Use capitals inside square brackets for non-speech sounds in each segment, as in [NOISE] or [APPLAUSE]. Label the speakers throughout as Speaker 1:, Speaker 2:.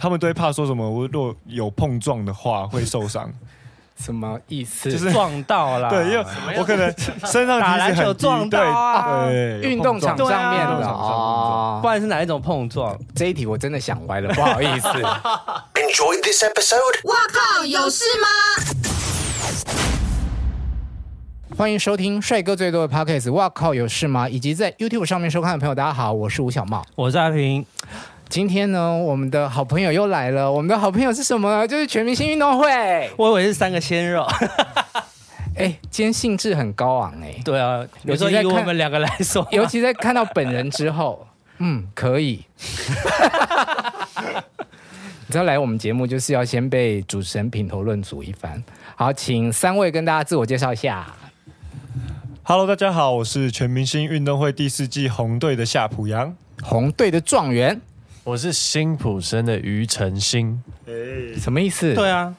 Speaker 1: 他们都会怕说什么，我如果有碰撞的话会受伤。
Speaker 2: 什么意思？
Speaker 1: 就是
Speaker 3: 撞到
Speaker 1: [LAUGHS]
Speaker 3: 啦。
Speaker 1: 对，因为我可能身上体
Speaker 3: 打
Speaker 1: 脂
Speaker 3: 篮球
Speaker 1: 很低
Speaker 3: 撞到啊
Speaker 1: 对，对
Speaker 2: 运动场
Speaker 3: 对啊
Speaker 2: 上面
Speaker 1: 运动
Speaker 2: 的
Speaker 1: 场上
Speaker 2: 哦
Speaker 3: 不。然是哪一种碰撞？
Speaker 2: 这一题我真的想歪了，不好意思。
Speaker 4: Enjoyed this episode?
Speaker 5: 哇靠，有事吗？
Speaker 2: [LAUGHS] 欢迎收听帅哥最多的 Podcast。哇靠，有事吗？以及在 YouTube 上面收看的朋友，大家好，我是吴小茂。
Speaker 3: 我是阿平，
Speaker 2: 今天呢，我们的好朋友又来了。我们的好朋友是什么呢？就是全明星运动会。
Speaker 3: 我以为是三个鲜肉。
Speaker 2: 哎，今天兴致很高昂哎、
Speaker 3: [LAUGHS] 对啊， [LAUGHS] 有时
Speaker 2: 尤
Speaker 3: 候
Speaker 2: 其在
Speaker 3: 以
Speaker 2: 看
Speaker 3: 我们两个来说，
Speaker 2: [LAUGHS] 尤
Speaker 1: [LAUGHS]
Speaker 2: 其在看到本人之后， [LAUGHS] 嗯，可以。 [LAUGHS] 你知道来我们节目就是要先被主持人品头论足一番。好，请三位跟大家自我介绍一下。
Speaker 1: Hello，大家好，我是全明星运动会第四季红队的夏普阳。
Speaker 2: 红队的状元
Speaker 6: 我是辛普森的于晨星，
Speaker 2: 什么意思？
Speaker 3: 对，啊，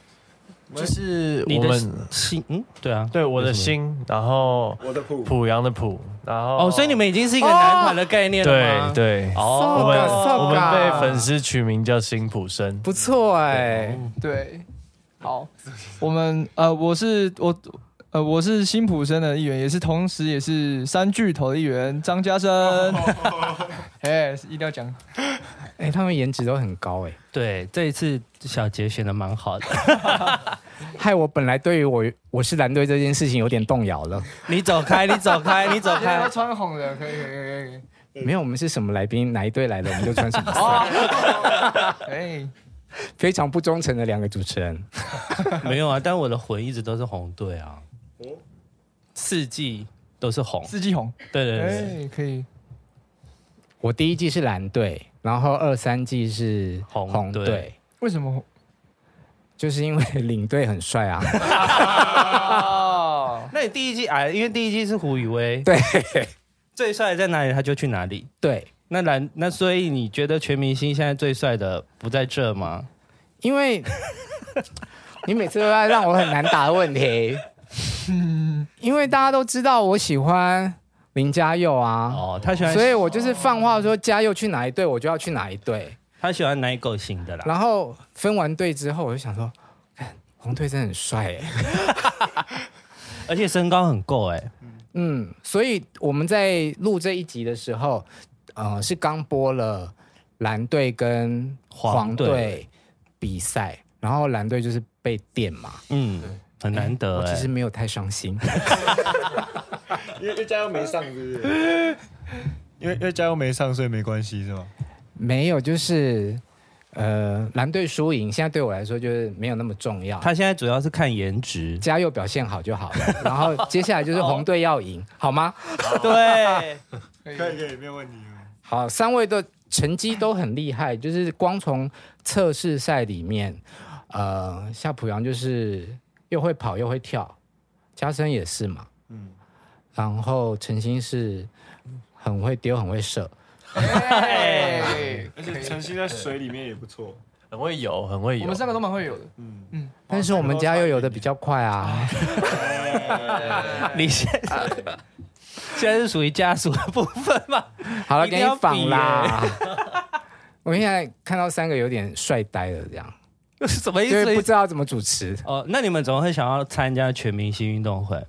Speaker 6: 就是
Speaker 3: 你
Speaker 6: 我
Speaker 3: 的
Speaker 6: 们
Speaker 3: 心嗯，对啊，
Speaker 6: 对我的星，然后我的普濮阳的普，然后
Speaker 3: 哦，所以你们已经是一个男团的概念了
Speaker 6: 对
Speaker 3: 吗？，
Speaker 6: 对，
Speaker 3: 哦，
Speaker 6: 我们
Speaker 2: 哦
Speaker 6: 我们被粉丝取名叫辛普森，
Speaker 2: 不错哎、
Speaker 7: 对，好，我们呃，我是我呃，我是辛普森的一员，也是同时也是三巨头的一员，张家生。哎、一定要讲，
Speaker 2: 哎、他们颜值都很高哎、
Speaker 3: 对，这一次小杰选的蛮好的， [LAUGHS]
Speaker 2: 害我本来对于我我是蓝队这件事情有点动摇了。
Speaker 3: 你走开，你走 [LAUGHS] 开，你走
Speaker 7: 今天
Speaker 3: 开
Speaker 7: 要。穿红的，可以可以可以可以
Speaker 2: 没有，我们是什么来宾，哪一队来了我们就穿什么 [LAUGHS] 色，
Speaker 7: 可以。
Speaker 2: 非常不忠诚的两个主持人。
Speaker 3: 没有啊，但我的魂一直都是红队啊，四季都是红
Speaker 7: 哎，，四季红，
Speaker 3: 对对
Speaker 7: 哎、
Speaker 3: 对对，
Speaker 7: 可以。
Speaker 2: 我第一季是蓝队，然后二三季是
Speaker 3: 红
Speaker 2: 红
Speaker 3: 队
Speaker 2: 队，
Speaker 7: 为什么？
Speaker 2: 就是因为领队很帅啊。 [LAUGHS]
Speaker 7: 哦，
Speaker 3: 那你第一季哎，因为第一季是胡宇威，
Speaker 2: 对
Speaker 3: 最帅的在哪里他就去哪里。
Speaker 2: 对，
Speaker 3: 那蓝那所以你觉得全明星现在最帅的不在这吗？
Speaker 2: 因为你每次都在让我很难答的问题。因为大家都知道我喜欢林佳佑啊，
Speaker 3: 哦，他喜欢
Speaker 2: 所以我就是放话说佳佑去哪一队，我就要去哪一队。
Speaker 3: 他喜欢奶狗型的啦。
Speaker 2: 然后分完队之后，我就想说，看红队真的很帅哎、
Speaker 3: 而且身高很够哎、
Speaker 2: 嗯，所以我们在录这一集的时候，呃，是刚播了蓝队跟黄
Speaker 3: 黄队
Speaker 2: 队比赛，然后蓝队就是被电嘛，
Speaker 3: 嗯，很难得
Speaker 2: 我
Speaker 3: 哎、
Speaker 2: 其实没有太伤心。 [LAUGHS]
Speaker 1: 因为因为加油没上，是不是？ [LAUGHS] 因为因为加油没上，所以没关系是吗？
Speaker 2: 没有，就是呃，蓝队输赢现在对我来说就是没有那么重要。，
Speaker 3: 他现在主要是看颜值
Speaker 2: [LAUGHS] 嘉佑表现好就好了，然后接下来就是红队要赢，好吗？
Speaker 3: 对，
Speaker 1: 可以可以，没有问题。
Speaker 2: 好，三位的成绩都很厉害，就是光从测试赛里面，呃，夏普阳就是又会跑又会跳，嘉生也是嘛，
Speaker 1: 嗯，
Speaker 2: 然后陈星是很会丢很会射，
Speaker 7: 哎、
Speaker 1: 而且晨曦在水里面也不错。
Speaker 6: 很会游，很会
Speaker 7: 我
Speaker 6: 游
Speaker 7: 们。三个都蛮会有的。
Speaker 1: 嗯，
Speaker 2: 但是我们嘉佑游的比较快啊，
Speaker 3: 你现在现在是属于家属的部分嘛？
Speaker 2: 好了，
Speaker 3: 一
Speaker 2: 给
Speaker 3: 定
Speaker 2: 你
Speaker 3: 要
Speaker 2: 仿啦。 [LAUGHS] 我现在看到三个有点帅呆了，这样
Speaker 3: [LAUGHS] 又是什么意
Speaker 2: 因为不
Speaker 3: 思？
Speaker 2: 知道怎么主持。
Speaker 3: 哦，那你们怎么会想要参加全明星运动会？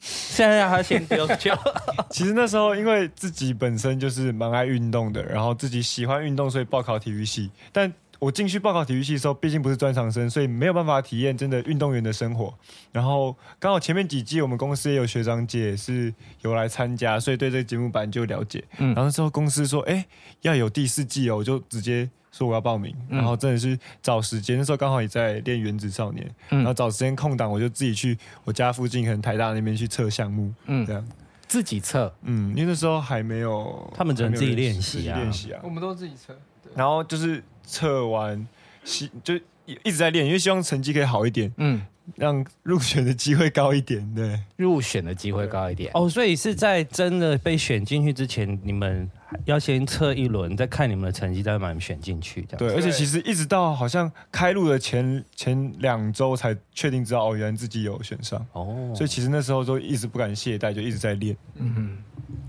Speaker 3: 现在让他先丢球，
Speaker 1: [LAUGHS] 其实那时候因为自己本身就是蛮爱运动的，然后自己喜欢运动，所以报考体育系。但我进去报考体育系的时候，毕竟不是专长生，所以没有办法体验真的运动员的生活。然后刚好前面几季我们公司也有学长姐是有来参加，所以对这个节目版就了解。
Speaker 2: 嗯
Speaker 1: 然后之后公司说，哎、要有第四季哦，我就直接说我要报名。
Speaker 2: 嗯
Speaker 1: 然后真的是找时间，那时候刚好也在练《原子少年》
Speaker 2: 嗯
Speaker 1: 然后找时间空档，我就自己去我家附近可能台大那边去测项目，
Speaker 2: 嗯
Speaker 1: 这，样。
Speaker 2: 自己测，
Speaker 1: 嗯，因为那时候还没有，
Speaker 3: 他们只能
Speaker 1: 还没有
Speaker 3: 自己练习
Speaker 1: 自
Speaker 3: 啊
Speaker 1: 己练习啊
Speaker 7: 我。们都自己测。对
Speaker 1: 然后就是测完，希就一一直在练，因为希望成绩可以好一点，
Speaker 2: 嗯，
Speaker 1: 让入选的机会高一点。对，
Speaker 2: 入选的机会高一点。
Speaker 3: 哦，所以是在真的被选进去之前，你们要先测一轮，再看你们的成绩，再把你们选进去，这样。
Speaker 1: 对，而且其实一直到好像开录的前前两周才确定知道哦，原来自己有选上，
Speaker 3: 哦，
Speaker 1: 所以其实那时候都一直不敢懈怠，就一直在练。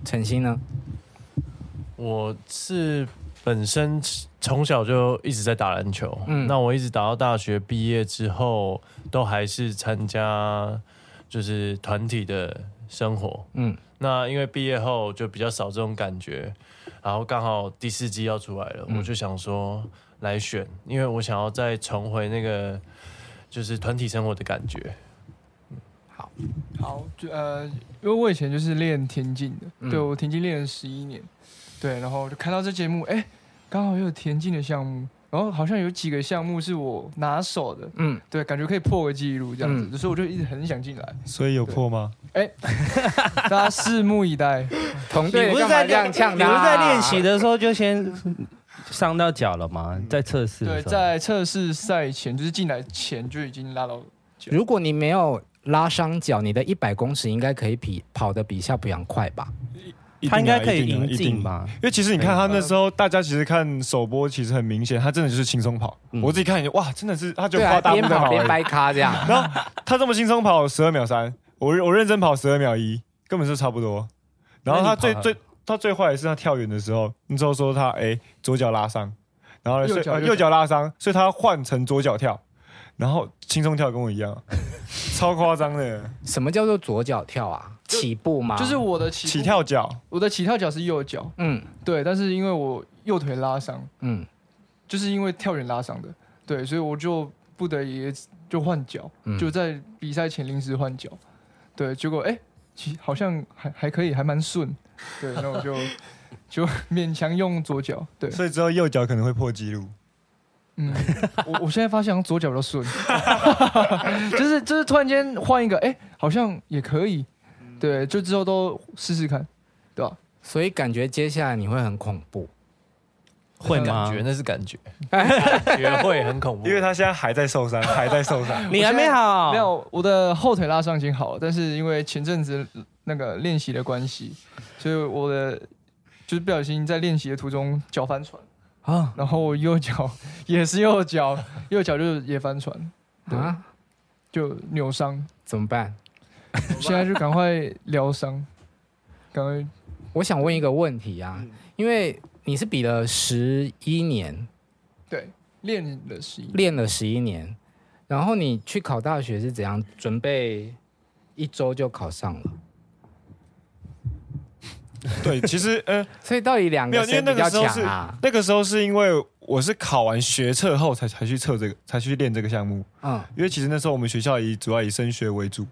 Speaker 2: 陈星呢？
Speaker 6: 我是本身从小就一直在打篮球，
Speaker 2: 嗯
Speaker 6: 那我一直打到大学毕业之后，都还是参加就是团体的生活。
Speaker 2: 嗯，
Speaker 6: 那因为毕业后就比较少这种感觉，然后刚好第四季要出来了，
Speaker 2: 嗯
Speaker 6: 我就想说来选，因为我想要再重回那个就是团体生活的感觉。
Speaker 7: 好，就呃，因为我以前就是练田径的，
Speaker 2: 嗯
Speaker 7: 对我田径练了十一年，对，然后就看到这节目，哎、刚好有田径的项目，然后好像有几个项目是我拿手的，
Speaker 2: 嗯，
Speaker 7: 对，感觉可以破个记录这样子，
Speaker 2: 嗯
Speaker 7: 所以我就一直很想进来，
Speaker 1: 所以有破吗？
Speaker 7: 大家拭目以待。
Speaker 2: [LAUGHS] 同
Speaker 3: 你
Speaker 2: 队
Speaker 3: 不是
Speaker 2: 干嘛
Speaker 3: 在
Speaker 2: 这样呛
Speaker 3: 你
Speaker 2: 他
Speaker 3: 不
Speaker 2: 啊
Speaker 3: 是在练习的时候就先伤到脚了吗？在测试的
Speaker 7: 对，
Speaker 3: 时候，
Speaker 7: 在测试赛前，就是进来前就已经拉到，
Speaker 2: 如果你没有拉伤脚，你的一百公尺应该可以比跑得比夏普阳快吧？
Speaker 1: 一定啊
Speaker 3: 他应该可
Speaker 1: 一
Speaker 3: 以
Speaker 1: 定啊
Speaker 3: 赢
Speaker 1: 一定
Speaker 3: 进吧？
Speaker 1: 因为其实你看他那时候，大家其实看首播，其实很明显，他真的就是轻松跑。
Speaker 3: 嗯
Speaker 1: 我自己看，哇，真的是他就
Speaker 2: 对
Speaker 1: 跨
Speaker 2: 啊，
Speaker 1: 大步
Speaker 2: 边
Speaker 1: 在跑
Speaker 2: 跑
Speaker 1: 而已，
Speaker 2: 边掰咖这样。
Speaker 1: 然后他这么轻松跑十二秒三，我认我认真跑十二秒一，根本是差不多。然后他最
Speaker 3: 那你跑
Speaker 1: 最他最坏的是他跳远的时候，你之后说他哎左脚拉伤，然后呢
Speaker 7: 右
Speaker 1: 所以
Speaker 7: 脚
Speaker 1: 呃
Speaker 7: 右脚
Speaker 1: 右脚拉伤，所以他换成左脚跳，然后轻松跳跟我一样，超夸张
Speaker 3: [LAUGHS]
Speaker 1: 的
Speaker 2: 什么叫做左脚
Speaker 1: [LAUGHS]
Speaker 2: 跳啊？起步吗？
Speaker 7: 就是我的起
Speaker 1: 起，跳脚，
Speaker 7: 我的起跳脚是右脚，
Speaker 2: 嗯
Speaker 7: 对，但是因为我右腿拉伤，
Speaker 2: 嗯
Speaker 7: 就是因为跳远拉伤的，对，所以我就不得已就换脚，
Speaker 2: 嗯
Speaker 7: 就在比赛前临时换脚，对，结果哎、其好像还还可以，还蛮顺，对，那我就就勉强用左脚，对，
Speaker 1: 所以之后右脚可能会破纪录。
Speaker 7: 嗯，我我现在发现好像左脚比较顺，就是就是突然间换一个，哎、好像也可以，对，就之后都试试看，对吧？
Speaker 2: 所以感觉接下来你会很恐怖。
Speaker 3: 会吗
Speaker 6: 感觉？那是感觉，感觉会很恐怖，
Speaker 1: 因为他现在还在受伤，还在受
Speaker 3: [LAUGHS]
Speaker 1: 伤。
Speaker 3: 你还没好，
Speaker 2: 啊
Speaker 7: 没有，我的后腿拉伤已经好了，但是因为前阵子那个练习的关系，所以我的就是不小心在练习的途中脚翻船，
Speaker 3: 啊，
Speaker 7: 然后我右脚也是右脚，右脚就也翻船，
Speaker 2: 啊？
Speaker 7: 就扭伤，
Speaker 2: 怎么办？
Speaker 7: 现在就赶快疗伤，赶快
Speaker 2: 我想问一个问题啊，
Speaker 1: 嗯
Speaker 2: 因为你是比了十一年，
Speaker 7: 对练了十一，
Speaker 2: 练了十一年，然后你去考大学是怎样准备？一周就考上了，
Speaker 1: 对，其实呃，
Speaker 2: 所以到底两
Speaker 1: 没有，
Speaker 2: 个
Speaker 1: 因为
Speaker 2: 谁
Speaker 1: 那
Speaker 2: 比
Speaker 1: 个
Speaker 2: 较
Speaker 1: 时候
Speaker 2: 强
Speaker 1: 是
Speaker 2: 啊？
Speaker 1: 那个时候是因为我是考完学测后才才去测这个，才去练这个项目。
Speaker 2: 嗯，
Speaker 1: 因为其实那时候我们学校以主要以升学为主，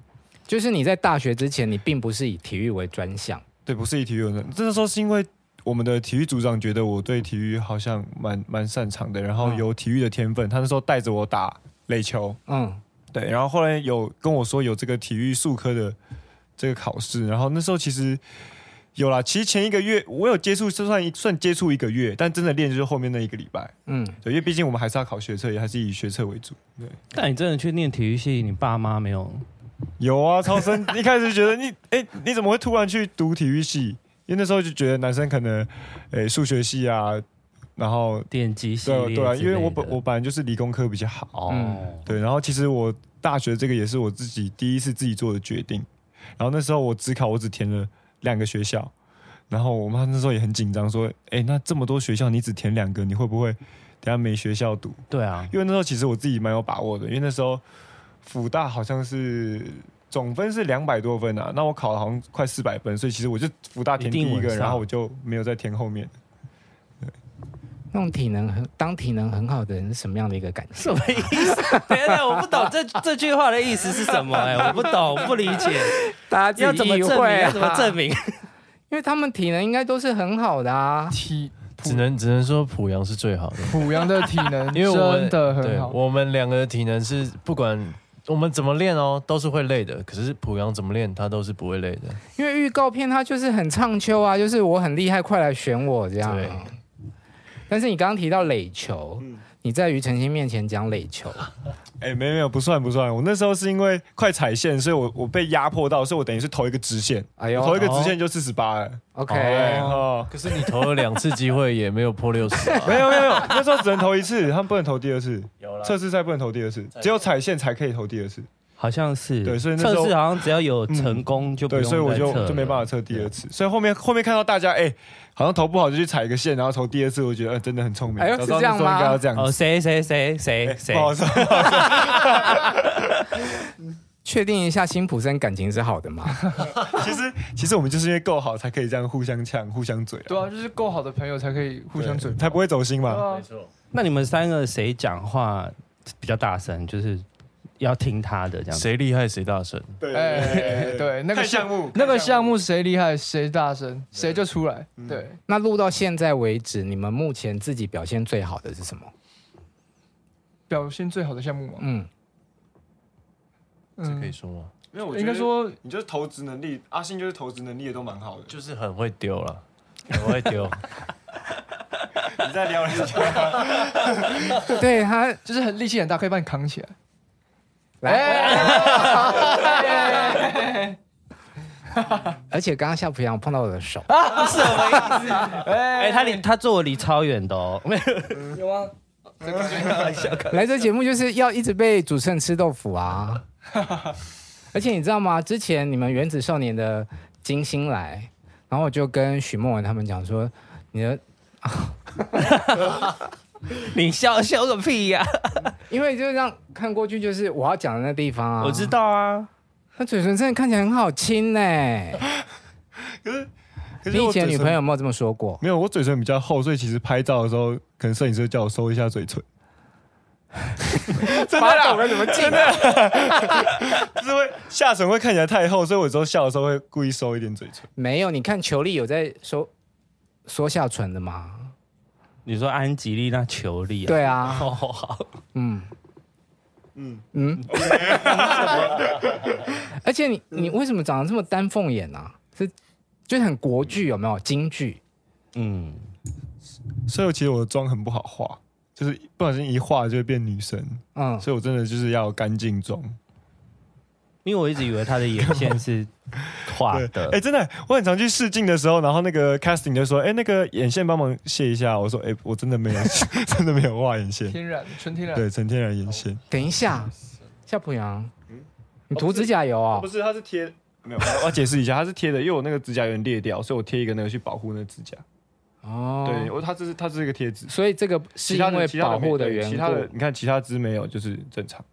Speaker 2: 就是你在大学之前，你并不是以体育为专项，
Speaker 1: 对，不是以体育为主。那时候是因为我们的体育组长觉得我对体育好像蛮蛮擅长的，然后
Speaker 2: 嗯
Speaker 1: 有体育的天分，他那时候带着我打垒球，
Speaker 2: 嗯
Speaker 1: 对，然后后来有跟我说有这个体育术科的这个考试，然后那时候其实有啦，其实前一个月我有接触，就算算接触一个月，但真的练就是后面那一个礼拜，
Speaker 2: 嗯，
Speaker 1: 对，因为毕竟我们还是要考学测，也还是以学测为主。对，
Speaker 3: 但你真的去念体育系，你爸妈没有？
Speaker 1: 有啊，超生一开始觉得你， [LAUGHS] 哎、你怎么会突然去读体育系？因为那时候就觉得男生可能，哎、数学系啊，然后
Speaker 3: 电机系
Speaker 1: 对啊
Speaker 3: 列
Speaker 1: 对啊，
Speaker 3: 之
Speaker 1: 因为我
Speaker 3: 类
Speaker 1: 本
Speaker 3: 的
Speaker 1: 我嗯本来就是理工科比较好，
Speaker 3: 哦，
Speaker 1: 对，然后其实我大学这个也是我自己第一次自己做的决定，然后那时候我只考，我只填了两个学校，然后我妈那时候也很紧张，说，哎、那这么多学校你只填两个，你会不会等下没学校读？
Speaker 3: 对啊，
Speaker 1: 因为那时候其实我自己蛮有把握的，因为那时候辅大好像是总分是两百多分啊，那我考了好像快四百分，所以其实我就辅大填第
Speaker 3: 一
Speaker 1: 一
Speaker 3: 定
Speaker 1: 个，
Speaker 3: 稳上
Speaker 1: 然后我就没有再填后面。
Speaker 2: 那种体能很当体能很好的人是什么样的一个感觉？
Speaker 3: 什么意思？等一啊下，我不懂这这句话的意思是什么、哎，我不懂，我不理
Speaker 1: [LAUGHS]
Speaker 3: 解，
Speaker 2: 大家
Speaker 3: 要怎么证
Speaker 1: 啊
Speaker 3: 明？要怎么证
Speaker 2: 明？啊
Speaker 3: 明？
Speaker 2: 因为他们体能应该都是很好的啊。
Speaker 7: 体
Speaker 6: 只能只能说濮阳是最好的，
Speaker 7: 濮阳的体能
Speaker 6: [LAUGHS] 因为我们
Speaker 7: 真的
Speaker 6: 对
Speaker 7: 很好，
Speaker 6: 我们两个的体能是不管我们怎么练哦，都是会累的。可是濮阳怎么练，他都是不会累的。
Speaker 2: 因为预告片它就是很唱秋啊，就是我很厉害，快来选我这样
Speaker 6: 对。
Speaker 2: 但是你刚刚提到垒球，你在庾澄庆面前讲垒 [LAUGHS] 球，
Speaker 1: 哎、没有没有，不算不算，我那时候是因为快踩线，所以我我被压迫到，所以我等于是投一个直线，
Speaker 2: 哎呦
Speaker 1: 我投一个直线就四十八了。
Speaker 2: ，OK，
Speaker 1: 哦，
Speaker 6: 可是你投了两次机会也没有破六十、啊，
Speaker 1: 没有没有没有，那时候只能投一次，他们不能投第二次，
Speaker 6: 有啦
Speaker 1: 测试赛不能投第二次，只有踩线才可以投第二次。
Speaker 3: 好像是
Speaker 1: 对所以那时候嗯
Speaker 3: 测试好像只要有成功就不
Speaker 1: 对，
Speaker 3: 用
Speaker 1: 所以我
Speaker 3: 再
Speaker 1: 就
Speaker 3: 测了
Speaker 1: 就没办法测第二次。所以后面后面看到大家哎、好像投不好就去踩一个线，然后投第二次，我觉得、呃、真的很聪明。
Speaker 2: 哎呦
Speaker 1: 早
Speaker 2: 是
Speaker 1: 知道那
Speaker 2: 这样
Speaker 1: 时候应该
Speaker 2: 吗
Speaker 1: 要这样
Speaker 3: 哦，
Speaker 1: 子。
Speaker 3: 谁谁谁谁
Speaker 1: 哎
Speaker 3: 谁
Speaker 1: 不，好说，
Speaker 2: 确定一下辛普森感情是好的 [LAUGHS] 吗？
Speaker 1: 其实其实我们就是因为够好，才可以这样互相呛、互相嘴、
Speaker 7: 对啊，就是够好的朋友才可以互
Speaker 1: 对，
Speaker 7: 相嘴炮，
Speaker 1: 才不会走心
Speaker 7: 对
Speaker 1: 嘛。
Speaker 7: 啊，
Speaker 6: 错，
Speaker 3: 那你们三个谁讲话比较大声？就是要听他的这样子。
Speaker 6: 谁厉害谁大声。
Speaker 1: 对
Speaker 7: 哎，对，那个
Speaker 1: 看项目
Speaker 7: 那个
Speaker 1: 看
Speaker 7: 项目谁厉害谁大声，谁就出来。对，
Speaker 2: 那录到现在为止，你们目前自己表现最好的是什么？
Speaker 7: 表现最好的项目嘛，
Speaker 2: [LAUGHS]
Speaker 7: 嗯
Speaker 2: 嗯，
Speaker 6: 这可以说吗？
Speaker 1: 因为我觉
Speaker 7: 应
Speaker 1: 得
Speaker 7: 该说
Speaker 1: 你就是投掷能力，阿信就是投掷能力也都蛮好的。
Speaker 6: 就是很会丢了，很会丢。
Speaker 1: 你在聊人家，
Speaker 2: 对他
Speaker 7: 就是很力气很大，可以把你扛起来。哎
Speaker 2: 来，而且刚刚夏普阳碰到我的手，
Speaker 3: 哎、他离他坐我离超远的哦， [LAUGHS] 没有
Speaker 7: 有吗？
Speaker 2: 来这节目就是要一直被主持人吃豆腐啊！而且你知道吗？之前你们原子少年的金星来，然后我就跟许梦文他们讲说，你的
Speaker 3: 你笑笑个屁呀、
Speaker 2: 因为就是这样看过去，就是我要讲的那地方啊。
Speaker 3: 我知，道啊，
Speaker 2: 他嘴唇真的看起来很好亲呢、
Speaker 1: 可是可是
Speaker 2: 你以
Speaker 1: 我
Speaker 2: 前
Speaker 1: 嘴
Speaker 2: 女
Speaker 1: 唇
Speaker 2: 朋友有没有这么说过？
Speaker 1: 没有，我嘴唇比较厚，所以其实拍照的时候，可能摄影师叫我收一下嘴唇。 [LAUGHS] [LAUGHS] 真的啦，
Speaker 2: 怎么进的？
Speaker 1: 就是会下唇会看起来太厚，所以我有时候笑的时候会故意收一点嘴唇。
Speaker 2: 没有，你看球力有在收缩下唇的吗？
Speaker 3: 你说安吉丽娜裘丽啊？
Speaker 2: 对啊，
Speaker 3: [LAUGHS] 哦，好，
Speaker 2: 嗯
Speaker 1: 嗯
Speaker 2: 嗯， [LAUGHS] 而且你你为什么长得这么丹凤眼啊？是就是很国剧有没有？京剧
Speaker 3: 嗯，
Speaker 1: 所以我其实我的妆很不好画，就是不小心一画就会变女生，
Speaker 2: 嗯，
Speaker 1: 所以我真的就是要干净妆。
Speaker 3: 因为我一直以为他的眼线是画
Speaker 1: [LAUGHS] 对，
Speaker 3: 的
Speaker 1: 哎、，真的，我很常去试镜的时候，然后那个 casting 就说：“哎、那个眼线帮忙卸一下。”我说：“哎、我真的没有， [LAUGHS] 真的没有画眼线。
Speaker 7: 天然，纯天”
Speaker 2: 啊
Speaker 7: 然。
Speaker 1: 对，陈天然眼线。
Speaker 2: 等一
Speaker 1: 嗯
Speaker 2: 下，夏普阳，你涂指甲油啊、
Speaker 1: 哦是，它是贴没有，我要解释一下，它是贴的，因为我那个指甲有点裂掉，所以我贴一个那个去保护那个指甲。
Speaker 2: 哦，
Speaker 1: 对，我它这是它这是一个贴纸，
Speaker 2: 所以这个
Speaker 1: 其
Speaker 2: 是因
Speaker 1: 他
Speaker 2: 为
Speaker 1: 的其他
Speaker 2: 保
Speaker 1: 的没
Speaker 2: 护的
Speaker 1: 对
Speaker 2: 缘
Speaker 1: 其他的啊
Speaker 2: 故。
Speaker 1: 你看其他只没有就是正常，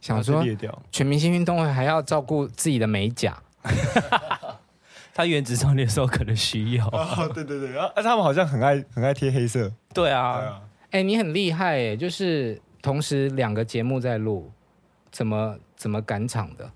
Speaker 2: 想
Speaker 1: 它
Speaker 2: 说
Speaker 1: 是裂掉。
Speaker 2: 全明星运动会还要照顾自己的美甲，
Speaker 3: 他原子少年的时候可能需要。
Speaker 1: 哦，对对对，啊，他们好像很爱很爱贴黑色。
Speaker 3: 对啊，
Speaker 2: 哎、你很厉害哎，就是同时两个节目在录，怎么怎么赶场的？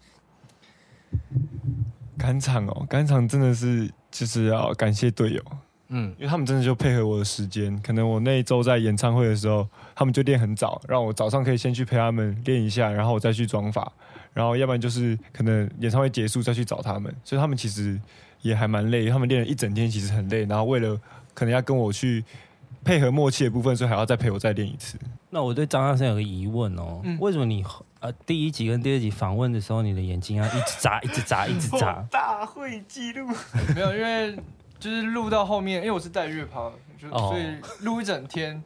Speaker 1: 赶场哦，赶场真的是就是要感谢队友，
Speaker 2: 嗯，
Speaker 1: 因为他们真的就配合我的时间。可能我那一周在演唱会的时候，他们就练很早，让我早上可以先去陪他们练一下，然后我再去妆发，然后要不然就是可能演唱会结束再去找他们。所以他们其实也还蛮累，他们练了一整天，其实很累。然后为了可能要跟我去配合默契的部分，所以还要再陪我再练一次。
Speaker 3: 那我对张大生有个疑问哦，
Speaker 7: 嗯
Speaker 3: 为什么你呃第一集跟第二集访问的时候，你的眼睛要一直眨、一直眨、一直眨？
Speaker 1: 大会记录，
Speaker 7: [LAUGHS] 没有，因为就是录到后面，因为我是带月抛，就
Speaker 3: 哦
Speaker 7: 所以录一整天，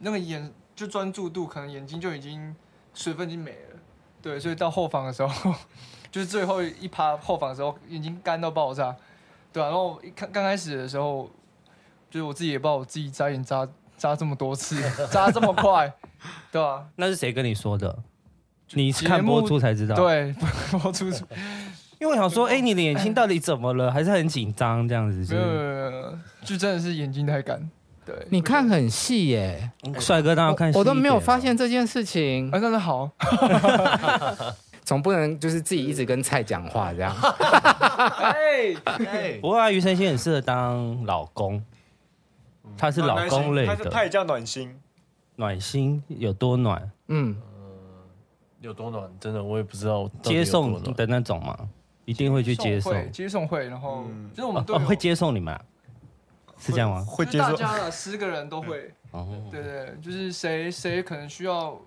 Speaker 7: 那个眼就专注度，可能眼睛就已经水分已经没了。对，所以到后防的时候， [LAUGHS] 就是最后一趴后防的时候，眼睛干到爆炸，对啊，然后一刚刚开始的时候，就是我自己也不知道我自己眨眼眨眨这么多
Speaker 3: [LAUGHS]
Speaker 7: 次，眨这么快，对啊，
Speaker 3: 那是谁跟你说的？你
Speaker 7: 节目
Speaker 3: 看播出才知道。，
Speaker 7: 对， [LAUGHS] 播出去
Speaker 3: 因为我想说，哎、你的眼睛到底怎么了？还是很紧张这样子是
Speaker 7: 没
Speaker 3: 不
Speaker 7: 有没
Speaker 3: 是？
Speaker 7: 有没有，就真的是眼睛太干。对，
Speaker 2: 你看很细耶，
Speaker 3: 嗯帅哥当然啊看
Speaker 2: 我我都
Speaker 3: 细一
Speaker 2: 没有
Speaker 3: 点
Speaker 2: 发现这件事情
Speaker 7: 啊，，那是
Speaker 3: [LAUGHS]
Speaker 7: 好，
Speaker 2: 总不能就是自己一直跟菜讲话这样。
Speaker 7: 哎，
Speaker 3: 不过啊，余承熙很适合当老公，他是
Speaker 1: 啊
Speaker 3: 老公类的，
Speaker 1: 也叫暖心。
Speaker 3: 暖心有多暖，
Speaker 2: 嗯，
Speaker 6: 有多暖？真的我也不知道。
Speaker 3: 接送的那种嘛，一定会去接送，
Speaker 7: 会接送会，然后
Speaker 1: 嗯
Speaker 7: 就是我
Speaker 3: 哦
Speaker 7: 们队
Speaker 3: 哦
Speaker 7: 友
Speaker 3: 会，接送你们、啊，是这样吗？
Speaker 1: 会
Speaker 7: 就是
Speaker 1: 接
Speaker 7: 大
Speaker 1: 受
Speaker 7: 家了，十个人都会，
Speaker 3: 哦，
Speaker 7: 对对，就是谁谁可能需要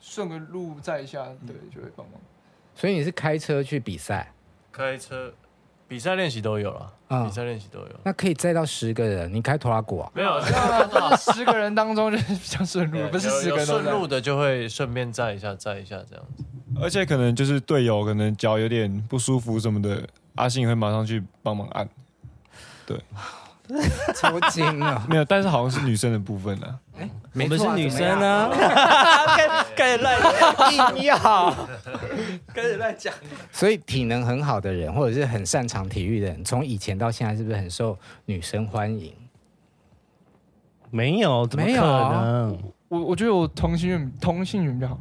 Speaker 7: 顺个路载一下，对，就会帮忙。
Speaker 2: 所以你是开车去比赛，
Speaker 6: 开车比赛练习都有了，
Speaker 2: 嗯
Speaker 6: 比赛练习都有。
Speaker 2: 那可以载到十个人，你开拖拉鼓啊？
Speaker 6: 没有，呃
Speaker 7: 那十个人当中就是比较顺路，不是
Speaker 6: 有
Speaker 7: 十个
Speaker 6: 有
Speaker 7: 人都
Speaker 6: 顺
Speaker 7: 在
Speaker 6: 路的就会顺便载一下，载一下这样子。
Speaker 1: 而且可能就是队友可能脚有点不舒服什么的，阿信也会马上去帮忙按。
Speaker 2: [LAUGHS] 抽筋啊了。
Speaker 1: 没有，但是好像是女生的部分啦。
Speaker 3: 我
Speaker 2: 没
Speaker 3: 们
Speaker 2: 错
Speaker 3: 是
Speaker 2: 啊
Speaker 3: 女
Speaker 2: 怎
Speaker 3: 生
Speaker 2: 么样
Speaker 3: 呢，
Speaker 2: 开始乱硬要，
Speaker 3: 开始乱讲。
Speaker 2: 所以体能很好的人，或者是很擅长体育的人，从以前到现在是不是很受女生欢迎？
Speaker 3: 没有，怎么可
Speaker 2: 没有
Speaker 3: 能？
Speaker 7: 我我觉得我同性恋同性缘比较好，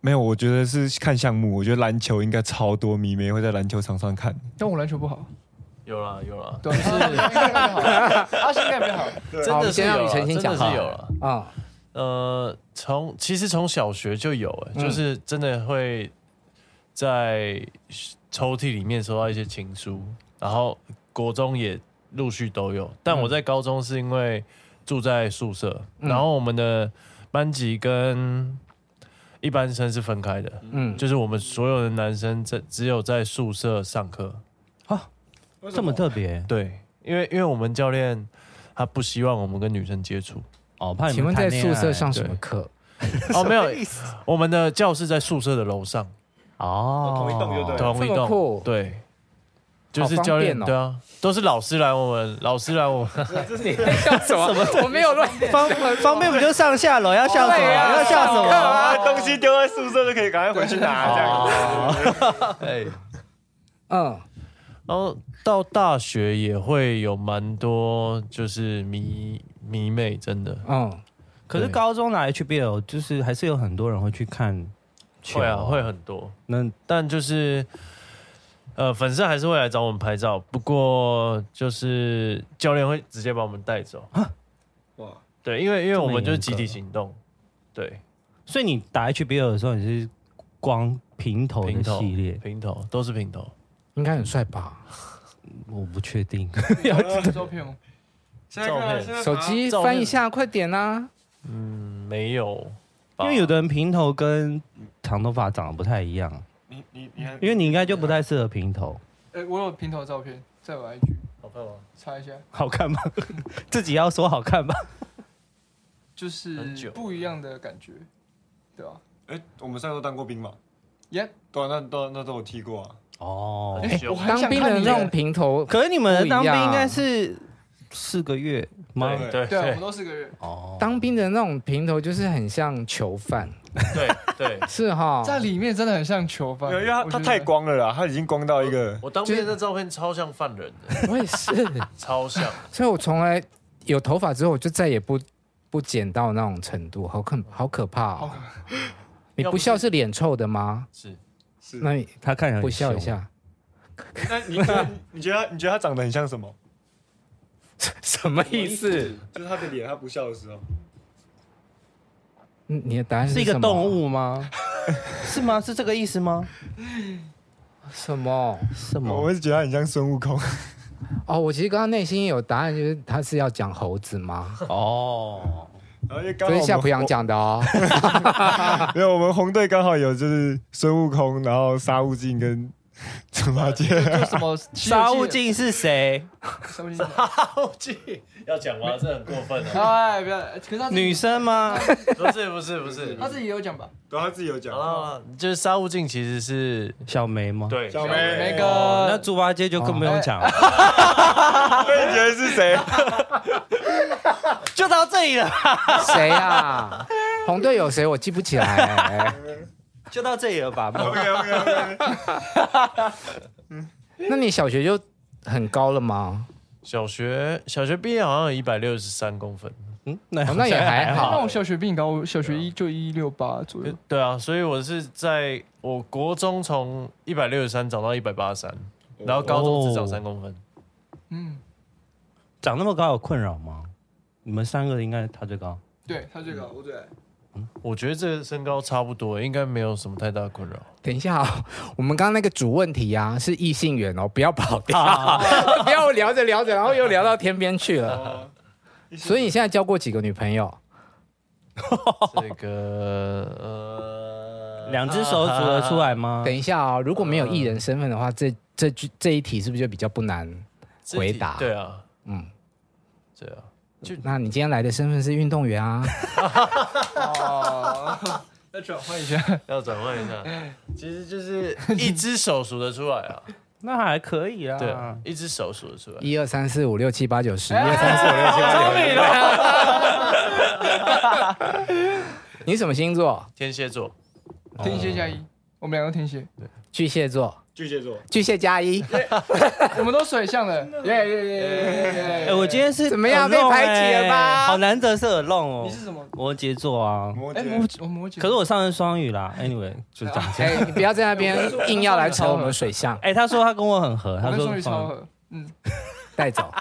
Speaker 1: 没有，我觉得是看项目。我觉得篮球应该超多迷妹会在篮球场上看。
Speaker 7: 但我篮球不好，
Speaker 6: 有啦有啦，
Speaker 7: [LAUGHS] 对，是阿信应该比较好，
Speaker 6: 真
Speaker 2: 好我
Speaker 6: 的
Speaker 2: 们
Speaker 6: 是
Speaker 2: 先让
Speaker 6: 有
Speaker 2: 雨
Speaker 6: 啦，
Speaker 2: 辰
Speaker 6: 真
Speaker 2: 先
Speaker 6: 的
Speaker 2: 讲
Speaker 6: 是
Speaker 2: 好
Speaker 6: 有了。
Speaker 2: 啊、
Speaker 6: 呃，从其实从小学就有、欸，
Speaker 2: 嗯
Speaker 6: 就是真的会在抽屉里面收到一些情书，然后国中也陆续都有，但我在高中是因为住在宿舍，
Speaker 2: 嗯
Speaker 6: 然后我们的班级跟一般生是分开的，
Speaker 2: 嗯，
Speaker 6: 就是我们所有的男生在只有在宿舍上课，
Speaker 3: 这么特别
Speaker 6: 对，因为因为我们教练他不希望我们跟女生接触。
Speaker 3: 哦，怕你
Speaker 2: 请问
Speaker 3: 们
Speaker 2: 在
Speaker 3: 谈恋
Speaker 2: 宿
Speaker 3: 爱
Speaker 2: 舍上 [LAUGHS] 什么课？
Speaker 6: 哦，没有，我们的教室在宿舍的楼上，
Speaker 3: 哦，
Speaker 1: 同一栋就对了
Speaker 6: 同一
Speaker 2: 这么酷
Speaker 6: 栋，对，就
Speaker 2: 好
Speaker 6: 是
Speaker 2: 方
Speaker 6: 教练
Speaker 2: 便哦
Speaker 6: 对啊，都是老师来我们， [LAUGHS] 老师来我们，
Speaker 2: 笑 [LAUGHS] 什么？我没有乱
Speaker 3: 方方便不就上下楼？要笑什么？要笑什么？
Speaker 1: 啊，东西丢在宿舍就可以赶快回去拿，这样。
Speaker 6: 哎，
Speaker 2: 嗯，
Speaker 6: 然后到大学也会有蛮多就是迷迷妹，真的
Speaker 2: 嗯，
Speaker 3: 可是高中拿 HBL，就是还是有很多人会去看球
Speaker 6: 会啊，会很多，
Speaker 3: 那
Speaker 6: 但就是。呃，粉丝还是会来找我们拍照，不过就是教练会直接把我们带走。
Speaker 2: 啊
Speaker 1: 哇，
Speaker 6: 对，因为因为
Speaker 3: 这么
Speaker 6: 我们就是
Speaker 3: 严
Speaker 6: 集
Speaker 3: 格
Speaker 6: 体行动，对，
Speaker 3: 所以你打 HBL 的时候，你是光平头的
Speaker 6: 平头
Speaker 3: 系
Speaker 6: [LAUGHS]
Speaker 3: 列，
Speaker 6: 平头都是平头，
Speaker 2: 应该很帅吧？
Speaker 3: 我不确定。
Speaker 7: 照片吗？
Speaker 1: 现
Speaker 6: 在看啊现
Speaker 2: 手机
Speaker 6: 照片
Speaker 2: 翻一下，快点啊！
Speaker 6: 嗯，没有吧，
Speaker 3: [LAUGHS] 因为有的人平头跟长头发长得不太一样，
Speaker 1: 你你你还
Speaker 3: 因为你应该就不太适合平头，
Speaker 7: 呃，我有平头照片，在我 IG
Speaker 6: 好看吗？
Speaker 7: 查一下，
Speaker 3: 好看吗？ [LAUGHS] 自己要说好看吧。
Speaker 6: 很
Speaker 7: 就是
Speaker 6: 久
Speaker 7: 不一样的感觉，对吧
Speaker 1: 哎，我们三个都当过兵嘛？
Speaker 7: ？Yep，
Speaker 1: 对啊，那都那都有踢过啊。
Speaker 3: 哦
Speaker 6: 很久
Speaker 7: 哎我很
Speaker 2: 当
Speaker 7: 想
Speaker 2: 兵
Speaker 7: 看
Speaker 2: 的
Speaker 7: 你
Speaker 2: 那种
Speaker 7: 的
Speaker 2: 平头，
Speaker 3: 可是你们的当兵
Speaker 2: 不一样
Speaker 3: 应该是四个月吗？
Speaker 6: 对对
Speaker 7: 对啊，我们
Speaker 6: 对
Speaker 7: 都四个月，
Speaker 3: 哦，
Speaker 2: 当兵的那种平头就是很像囚犯，
Speaker 6: 对对，
Speaker 2: 是哈？
Speaker 7: [LAUGHS] 在里面真的很像囚犯，
Speaker 1: 没有因为他
Speaker 7: 我
Speaker 1: 他
Speaker 7: 觉得
Speaker 1: 太，光了啦，他已经光到一个。
Speaker 6: 我当面的照片超像犯人的，
Speaker 2: 我也是，
Speaker 6: 超像，
Speaker 2: 所以我从来有头发之后，我就再也不不剪到那种程度，好可好可怕、哦。你不笑是脸臭的吗？
Speaker 6: 是
Speaker 2: 那你
Speaker 3: 他看起来很
Speaker 2: 不笑一
Speaker 3: 凶，
Speaker 2: 下
Speaker 1: 那你你你觉得他你觉得他长得很像什么？
Speaker 2: 什么意思？
Speaker 1: 就是他的脸，他不笑的时候。
Speaker 2: 嗯你的答案
Speaker 3: 是一
Speaker 2: 什
Speaker 3: 个
Speaker 2: 么
Speaker 3: 动物吗？是吗？是这个意思吗？
Speaker 2: 什么？
Speaker 3: 什
Speaker 1: 我
Speaker 3: 么？
Speaker 1: 是觉得他很像孙悟空。
Speaker 2: 哦，我其实刚刚内心有答案，就是他是要讲猴子吗？
Speaker 3: 哦，
Speaker 1: 然后因为刚
Speaker 2: 这
Speaker 1: 好我
Speaker 2: 是
Speaker 1: 们
Speaker 2: 夏普阳讲的哦。
Speaker 1: [LAUGHS] 没有，我们红队刚好有就是孙悟空，然后沙悟净跟猪八 [LAUGHS] 戒。
Speaker 7: 就什么西游记
Speaker 3: 沙悟，净是谁？
Speaker 7: 沙悟
Speaker 6: [LAUGHS]
Speaker 7: 净，
Speaker 6: 好记，要讲吗？这很过分啊！
Speaker 7: 哎，不要，可是他自己
Speaker 3: 女，生吗？
Speaker 6: [LAUGHS] 不是不是不是，
Speaker 7: 他自己也有讲吧？
Speaker 1: 对，他自己有讲
Speaker 6: 好了，好了就是沙悟净其实是
Speaker 3: 小梅吗？。哎
Speaker 6: 对
Speaker 1: 小梅
Speaker 7: 那
Speaker 3: 哦，那
Speaker 7: 个
Speaker 3: 猪八戒就更不用讲了，
Speaker 1: 所以你觉得是 [LAUGHS] 谁？
Speaker 3: 就到这里了，
Speaker 2: [LAUGHS] 谁啊？红队有谁？我记不起来。 [LAUGHS]
Speaker 3: 就到这里了吧？
Speaker 1: OK OK OK。
Speaker 2: 那你小学就很高了吗？
Speaker 6: 小学小学毕业好像有一百六十三公分，
Speaker 3: 嗯，那
Speaker 2: 哦那也还好
Speaker 7: 哎那我小学比你高，我小学
Speaker 3: 啊
Speaker 7: 一就一六八左右，
Speaker 6: 对啊，所以我是在我国中从一百六十三长到一百八十三，然后高中只长三公分。
Speaker 7: 嗯，
Speaker 3: 长那么高有困扰吗？你们三个应该他最高，
Speaker 7: 对他最高，我最矮。
Speaker 6: 我觉得这个身高差不多，应该没有什么太大的困扰。
Speaker 2: 等一下、 [LAUGHS] 哦，我们刚刚那个主问题啊，是异性缘哦，不要跑掉， [LAUGHS] 不要聊着聊着，然后又聊到天边去了。所以你现在交过几个女朋友？
Speaker 6: 这个呃，
Speaker 3: 两只手数得出来吗？
Speaker 2: 等一下哦，如果没有艺人身份的话，这这句这一题是不是就比较不难？
Speaker 6: 肢体
Speaker 2: 回答
Speaker 6: 对啊，
Speaker 2: 嗯，
Speaker 6: 对啊，
Speaker 2: [LAUGHS] 那你今天来的身份是运动员啊，
Speaker 7: 再转换一下，
Speaker 6: 要转换一下， [LAUGHS] 其实 [LAUGHS] 就是一只手数得出来啊，
Speaker 3: 那还可以啊。
Speaker 6: 对，一只手数得出来。
Speaker 2: 一二三四五六七八九十，一二三四五六七八九十。 [LAUGHS] 你什么星座？
Speaker 6: 天蝎座，
Speaker 7: 天蝎加
Speaker 3: 哦
Speaker 7: 一，我们两个天蝎，
Speaker 2: 巨蟹座，
Speaker 1: 巨蟹座，
Speaker 2: 巨蟹加一。
Speaker 7: 我们都水
Speaker 3: [LAUGHS]
Speaker 7: 象的，耶耶耶耶耶
Speaker 3: 哎，我今天是
Speaker 2: 怎么样
Speaker 3: alone
Speaker 2: 被排挤了吧
Speaker 3: 哎好难得是耳弄哦。
Speaker 7: 你是什么？
Speaker 3: 摩羯座啊，
Speaker 1: 摩
Speaker 7: 哎，
Speaker 1: 羯
Speaker 7: 摩，我摩羯，
Speaker 3: 可是我上是双语啦。Anyway，就这样。
Speaker 2: 哎，你不要在那边硬要来扯我们水象，
Speaker 3: 哎，他说他跟我很合，[LAUGHS]
Speaker 7: 我
Speaker 3: 他
Speaker 7: 跟
Speaker 3: 说
Speaker 7: 双鱼超
Speaker 3: 双
Speaker 7: 合，嗯，
Speaker 2: 带走。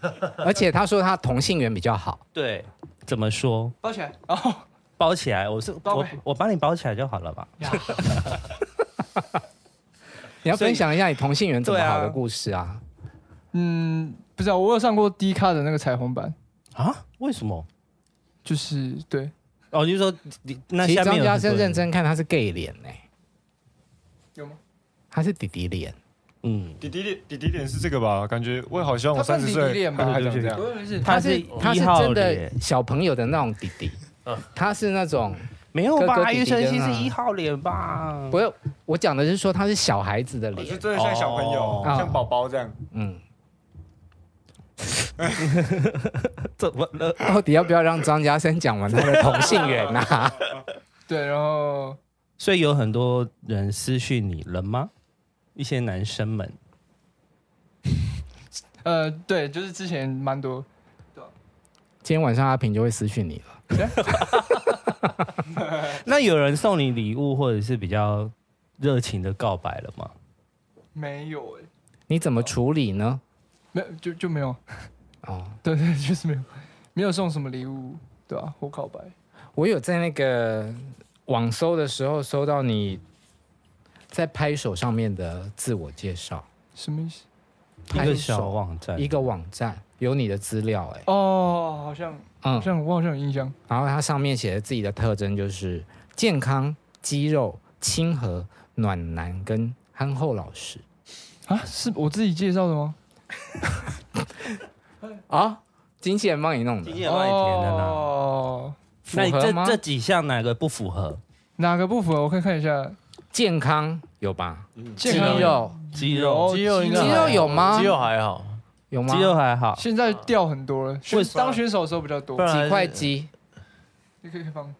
Speaker 2: [LAUGHS] 而且他说他同性缘比较好，
Speaker 3: 对，怎么说？
Speaker 7: 包起来，哦， [LAUGHS]
Speaker 3: 包起来，我是
Speaker 7: 包
Speaker 3: 我
Speaker 7: 呗
Speaker 3: 我帮你包起来就好了吧？
Speaker 2: 你要
Speaker 3: 所以
Speaker 2: 分享一下你同性缘怎么
Speaker 3: 对啊
Speaker 2: 好的故事啊？
Speaker 7: 嗯，不知道，我有上过 D 咖的那个彩虹版，
Speaker 3: 啊？为什么？
Speaker 7: 就是对，
Speaker 3: 哦，就是说你那
Speaker 2: 其实
Speaker 3: 下
Speaker 2: 张
Speaker 3: 面有
Speaker 2: 家
Speaker 3: 很多
Speaker 2: 生
Speaker 3: 人
Speaker 2: 认，真看，他是 gay 脸呢、
Speaker 7: 有吗？
Speaker 2: 他是弟弟脸。
Speaker 3: 嗯，
Speaker 1: 弟弟脸，弟弟脸是这个吧？感觉我好像我
Speaker 3: 哦
Speaker 7: 他
Speaker 1: 三
Speaker 7: 不
Speaker 1: 十
Speaker 7: 是弟弟
Speaker 1: 岁
Speaker 7: 脸吧
Speaker 1: 还还长这样
Speaker 7: 我，以为是
Speaker 2: 他
Speaker 3: 他
Speaker 2: 是
Speaker 3: 是
Speaker 2: 他是
Speaker 3: 一号
Speaker 2: 真的
Speaker 3: 脸哦
Speaker 2: 小朋友的那种弟弟，他是那种
Speaker 3: 没有
Speaker 2: 哥哥
Speaker 3: 吧？
Speaker 2: 弟弟
Speaker 3: 庾澄庆
Speaker 2: 跟啊
Speaker 3: 是一号脸吧？
Speaker 2: 不是我讲的是说他是小孩子的
Speaker 1: 我就
Speaker 2: 脸，
Speaker 1: 真的像小朋友，
Speaker 3: 哦
Speaker 1: 像宝宝这样。
Speaker 2: 嗯，
Speaker 3: 怎么了？
Speaker 2: 到底要不要让张家生讲完他的同性缘呐、啊？ [LAUGHS]
Speaker 7: 对，然后
Speaker 3: 所以有很多人私讯你了吗？一些男生们，
Speaker 7: 呃，对，就是之前蛮多，
Speaker 2: 今天晚上阿平就会私讯你了，
Speaker 3: 那有人送你礼物或者是比较热情的告白了吗？
Speaker 7: 没有哎，
Speaker 2: 你怎么处理呢？
Speaker 7: 没有就就没有，
Speaker 2: 哦，
Speaker 7: [LAUGHS] 对对，就是没有，没有送什么礼物，对啊，或告白，
Speaker 2: 我有在那个网搜的时候搜到你在拍手上面的自我介绍，
Speaker 7: 什么意思？
Speaker 3: 一
Speaker 2: 拍
Speaker 3: 个
Speaker 2: 手
Speaker 3: 小网站，
Speaker 2: 一个网站有你的资料、欸，
Speaker 7: 哦，好像
Speaker 2: 嗯
Speaker 7: 好，像我好像有印象，
Speaker 2: 然后它上面写的自己的特征就是健康、肌肉、亲和、暖男跟憨厚老实
Speaker 7: 啊，是我自己介绍的吗？
Speaker 2: 啊。金钱帮你弄的
Speaker 3: 经，纪人帮你填的啦。
Speaker 7: 哦，
Speaker 3: 那你
Speaker 2: 符合吗
Speaker 3: 这这几项哪个不符合？
Speaker 7: 哪个部分？我看看一下，
Speaker 2: 健康有吧？
Speaker 7: 健
Speaker 2: 肌
Speaker 7: 康
Speaker 2: 肉
Speaker 3: 肌
Speaker 7: 有
Speaker 3: 肉，
Speaker 6: 哦肌肉应该
Speaker 2: 肌肉有吗
Speaker 6: 肌肉还好，
Speaker 2: 有吗？
Speaker 3: 肌肉还好，
Speaker 7: 现在掉很多了，选
Speaker 3: 为什么
Speaker 7: 当选手的时候比较多
Speaker 6: 不。然
Speaker 2: 几块肌？
Speaker 7: 你可以可以放，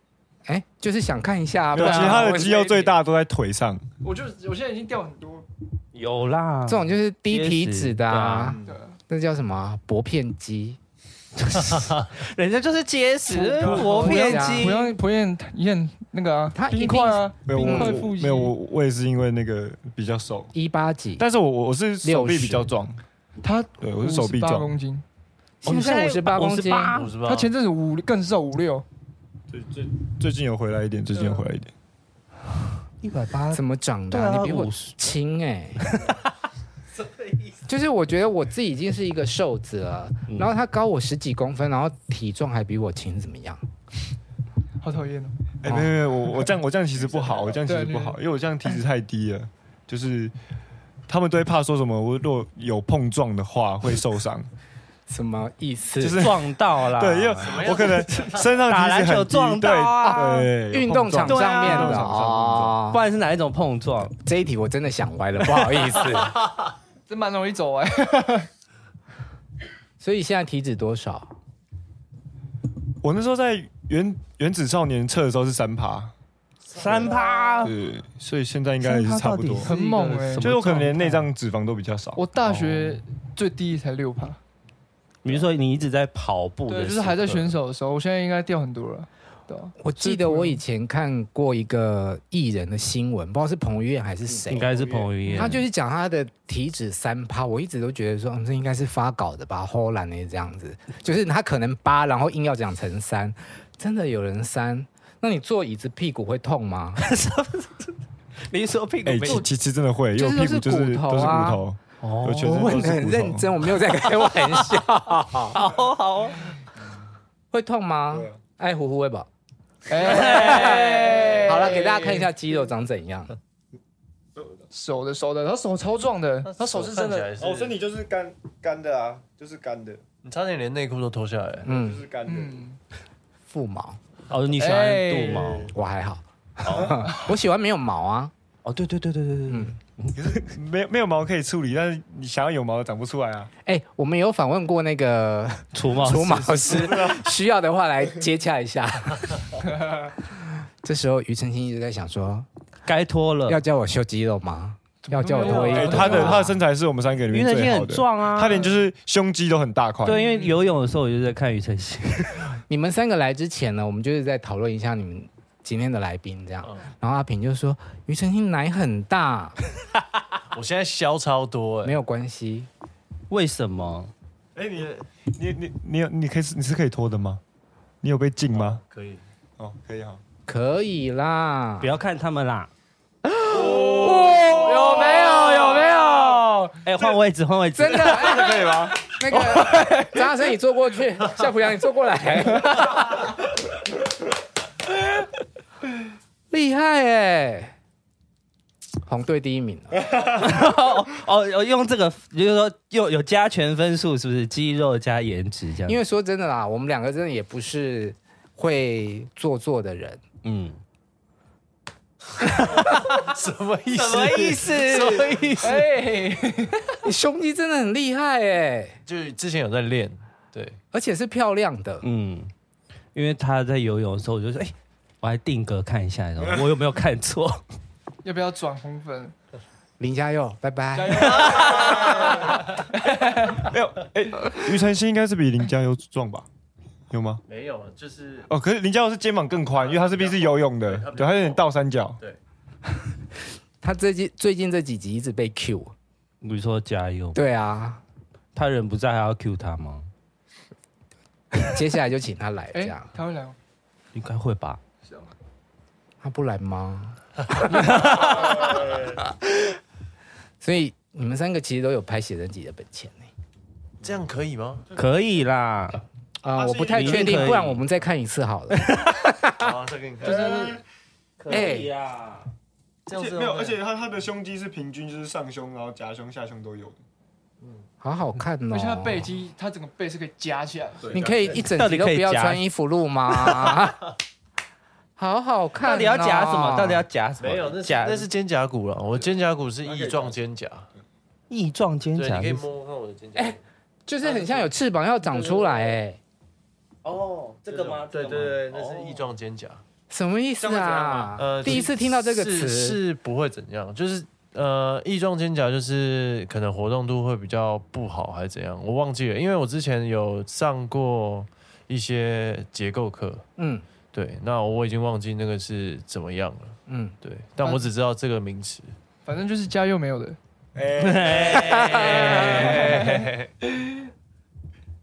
Speaker 2: 哎，就是想看一下啊，不
Speaker 1: 对，
Speaker 2: 然
Speaker 1: 其
Speaker 2: 啊
Speaker 1: 实他的
Speaker 2: 我
Speaker 1: 肌肉最大都在腿上。
Speaker 7: 我就我现在已经掉很多，
Speaker 3: 有啦。
Speaker 2: 这种就是低体脂的啊，
Speaker 7: 对啊，
Speaker 2: 那叫什么啊薄片肌？
Speaker 3: 人家就是结实薄片肌
Speaker 7: 不。用不用验那个啊，
Speaker 2: 他一
Speaker 7: 冰
Speaker 2: 定
Speaker 7: 块啊，
Speaker 1: 没有
Speaker 7: 冰
Speaker 1: 我
Speaker 7: 块
Speaker 1: 我
Speaker 7: 腹肌，
Speaker 1: 没有我我也是因为那个比较瘦，
Speaker 2: 一八几？
Speaker 1: 但是我我我是手臂比较壮，
Speaker 7: 他
Speaker 1: 对我是手臂
Speaker 7: 八
Speaker 1: 壮。
Speaker 7: 公斤，
Speaker 2: 现在五十八公斤，
Speaker 3: 58
Speaker 6: 五十
Speaker 1: 啊
Speaker 6: 八。
Speaker 7: 他前阵子五更瘦五六，
Speaker 1: 最最最近有回来一点，最近有回来一点。
Speaker 3: 一百八
Speaker 2: 怎么长的
Speaker 3: 对
Speaker 2: 啊、
Speaker 3: 啊，
Speaker 2: 你比我
Speaker 3: 五十
Speaker 2: 轻 [LAUGHS] 哎、就是我觉得我自己已经是一个瘦子了，
Speaker 3: 嗯
Speaker 2: 然后他高我十几公分，然后体重还比我轻，怎么样？
Speaker 7: 好讨厌哦。
Speaker 1: 哎，没有没有，我我这样我这样其实不好，我这样其实不好，
Speaker 7: 对
Speaker 1: 因为我这样体脂太低了，就是他们都会怕说什么，我如果有碰撞的话会受伤，
Speaker 2: 什么意思？
Speaker 1: 就是
Speaker 3: 撞到啦。
Speaker 1: 对，因为我可能身上
Speaker 3: 打
Speaker 1: 体
Speaker 3: 篮
Speaker 1: 脂
Speaker 3: 球
Speaker 1: 很低，
Speaker 3: 撞到
Speaker 1: 对
Speaker 3: 啊，
Speaker 1: 对，有
Speaker 2: 运动
Speaker 1: 碰
Speaker 2: 场
Speaker 1: 撞
Speaker 2: 上
Speaker 3: 对啊
Speaker 2: 面
Speaker 1: 运动
Speaker 2: 的
Speaker 1: 场上
Speaker 2: 哦
Speaker 3: 不。然是哪一种碰撞？
Speaker 2: 这一题我真的想歪了，不好意 [LAUGHS] 思。
Speaker 7: 这蛮容易走哎、
Speaker 2: 所以现在体脂多少？
Speaker 1: 我那时候在原原子少年测的时候是三趴，
Speaker 3: 三趴，
Speaker 1: 对，所以现在应该也是差不多
Speaker 3: 三趴到底。是
Speaker 7: 很猛哎、
Speaker 3: 什么
Speaker 1: 就是我可能连内脏脂肪都比较少，
Speaker 7: 我大学最低才六趴，
Speaker 1: 哦
Speaker 3: 比如说你一直在跑步的时
Speaker 7: 对，
Speaker 3: 刻，
Speaker 7: 就是还在选手的时候，我现在应该掉很多了，对 [LAUGHS] 啊、
Speaker 2: 我记得我以前看过一个艺人的新闻，不知道是彭于晏还是谁，
Speaker 3: 应该是彭于晏。
Speaker 2: 他就是讲他的体脂三趴，我一直都觉得说，嗯、这应该是发稿的吧，偷懒的这样子，就是他可能八，然后硬要讲成三，真的有人三。那你坐椅子屁股会痛吗？
Speaker 3: 你说屁股
Speaker 1: 哎，
Speaker 3: 没
Speaker 1: 其其实真的会，因为我屁
Speaker 2: 就是
Speaker 1: 股就是
Speaker 2: 都
Speaker 1: 都
Speaker 2: 是
Speaker 1: 是
Speaker 2: 骨
Speaker 1: 骨
Speaker 2: 头啊
Speaker 1: 头，
Speaker 3: 哦
Speaker 1: 我全身
Speaker 2: 我
Speaker 1: 都
Speaker 2: 问
Speaker 1: 是
Speaker 2: 的很认
Speaker 1: 骨头。
Speaker 2: 真，我没有在开玩笑。
Speaker 3: 好好好，
Speaker 2: 会痛吗
Speaker 1: 对啊？
Speaker 2: 爱呼呼会吧。
Speaker 7: 哎、
Speaker 2: 好了，给大家看一下肌肉长怎样。
Speaker 7: 手的手的，他手超壮的，他手是真的，
Speaker 6: 哦，所以你
Speaker 1: 就是干干的啊，就是干的，
Speaker 6: 你差点连内裤都脱下来。
Speaker 2: 嗯，
Speaker 1: 干
Speaker 7: 嗯，
Speaker 2: 腹毛
Speaker 3: 哦，你喜欢肚毛？
Speaker 2: 我还好， [LAUGHS] 我喜欢没有毛啊，
Speaker 3: 哦，对对对对对对，嗯，
Speaker 1: 没有没有毛可以处理，但是你想要有毛长不出来啊。
Speaker 2: 哎、我们有访问过那个
Speaker 3: 除毛
Speaker 2: 除毛师， [LAUGHS] 需要的话来接洽一下。 [LAUGHS] 这时候庾澄庆一直在想说，
Speaker 3: 该脱
Speaker 1: 呃
Speaker 3: 了。
Speaker 2: 要叫我修肌肉吗？要叫我脱衣
Speaker 1: 哎、
Speaker 2: 服吗？
Speaker 1: 他的他的身材是我们三个里
Speaker 3: 庾
Speaker 1: 面
Speaker 3: 澄
Speaker 1: 最
Speaker 3: 庆
Speaker 1: 好
Speaker 3: 很
Speaker 1: 的，
Speaker 3: 壮啊，
Speaker 1: 他连就是胸肌都很大块。
Speaker 3: 对，因为游泳的时候我就在看庾澄庆，
Speaker 2: 你们三个来之前呢，我们就是在讨论一下你们今天的来宾这样。
Speaker 6: 嗯
Speaker 2: 然后阿平就说：“庾澄庆奶很大，
Speaker 6: 我现在消超多
Speaker 2: 没
Speaker 6: 哎，
Speaker 2: 有关系。
Speaker 3: 为什么？
Speaker 1: 哎、你你你你有你可以你是可以脱的吗？你有被禁吗？
Speaker 6: 可以，
Speaker 1: 哦，可以哈。”
Speaker 2: 可以啦
Speaker 3: 不，要看他们啦。
Speaker 2: 有没有？有没有？
Speaker 3: 哎，换位置，换位置
Speaker 2: 真。的，哎
Speaker 1: 可以吗？
Speaker 2: [LAUGHS] 那个张大生，你坐过去；夏普阳，你坐过来。厉害哎、红队第一名啊了，
Speaker 3: 哦，哦用这个就是说又有加权分数，是不是肌肉加颜值这样？
Speaker 2: 因为说真的啦，我们两个真的也不是会做作的人，
Speaker 3: 嗯，
Speaker 6: 什么意思？
Speaker 2: 意思？ [LAUGHS] 什么意思？哎 [LAUGHS] 你胸肌真的很厉害哎、
Speaker 6: 就是之前有在练，对，
Speaker 2: 而且是漂亮的。
Speaker 3: 嗯，因为他在游泳的时候，我就说，哎、我还定格看一下，然
Speaker 2: [LAUGHS]
Speaker 3: 后我有没有看错？
Speaker 7: 要不要转红粉？
Speaker 2: 林佳佑，拜拜。
Speaker 1: 没有，哎、庾澄庆应该是比林佳佑壮吧？有吗？
Speaker 6: 没有，啊就是
Speaker 1: 哦，可是林佳佑是肩膀更宽，因为他是毕竟是游泳的，对，他有点倒三角。
Speaker 2: 他最近最近这几集一直被 Q。
Speaker 3: 比如说加油，
Speaker 2: 对啊，
Speaker 3: 他人不在还要 cue 他吗？
Speaker 2: 接下来就请他来这
Speaker 7: 哎
Speaker 2: 样，，
Speaker 7: 他会来吗？
Speaker 3: 应该会吧。
Speaker 2: 他不来吗？ [LAUGHS] 所以你们三个其实都有拍写真集的本钱呢、
Speaker 6: 这样可以吗？
Speaker 3: 可以啦，
Speaker 2: 啊、我不太确
Speaker 3: 你可
Speaker 2: 定，
Speaker 3: 以
Speaker 2: 不然我们再看一次好了。
Speaker 6: 好，再给你看，
Speaker 3: 可
Speaker 6: 哎
Speaker 2: 以
Speaker 6: 啊
Speaker 3: 啦。
Speaker 6: 这样子哦
Speaker 1: 他他的胸肌是平均，就是上胸、然后夹胸、下胸都有的。
Speaker 2: 好好看哦！
Speaker 7: 而且他背肌，他整个背是可以夹起来。
Speaker 6: 啊
Speaker 2: 你可以一整
Speaker 3: 到
Speaker 2: 集
Speaker 3: 底
Speaker 2: 都
Speaker 3: 可
Speaker 2: 不
Speaker 3: 以
Speaker 2: 要
Speaker 3: 夹
Speaker 2: 穿衣服录
Speaker 3: [LAUGHS]
Speaker 2: 吗？好好看、哦，
Speaker 3: 到底要夹什么？到底要夹什么？
Speaker 6: 没有，那是
Speaker 3: 夹
Speaker 6: 那是肩胛骨了。啊我肩胛骨是翼状肩胛，
Speaker 3: 翼状肩
Speaker 6: 对，你
Speaker 3: 胛
Speaker 6: 可以。摸看我的肩胛骨。
Speaker 2: 就是很像有翅膀要长出来、
Speaker 3: 呃
Speaker 2: 哎，
Speaker 3: 哦，这个吗？
Speaker 6: 对
Speaker 3: 这个吗
Speaker 6: 对对，那是翼。状肩胛。
Speaker 2: 什么意思
Speaker 1: 这样会怎样
Speaker 2: 啊
Speaker 1: 吗？
Speaker 6: 呃，
Speaker 2: 第一次听到这个词，
Speaker 6: 是是不会怎样，就是呃，翼状肩胛就是可能活动度会比较不好，还是怎样，我忘记了，因为我之前有上过一些结构课，
Speaker 2: 嗯
Speaker 6: 对，那我已经忘记那个是怎么样了，
Speaker 2: 嗯，
Speaker 6: 对，但我只知道这个名词。
Speaker 7: 反正就是家又没有的，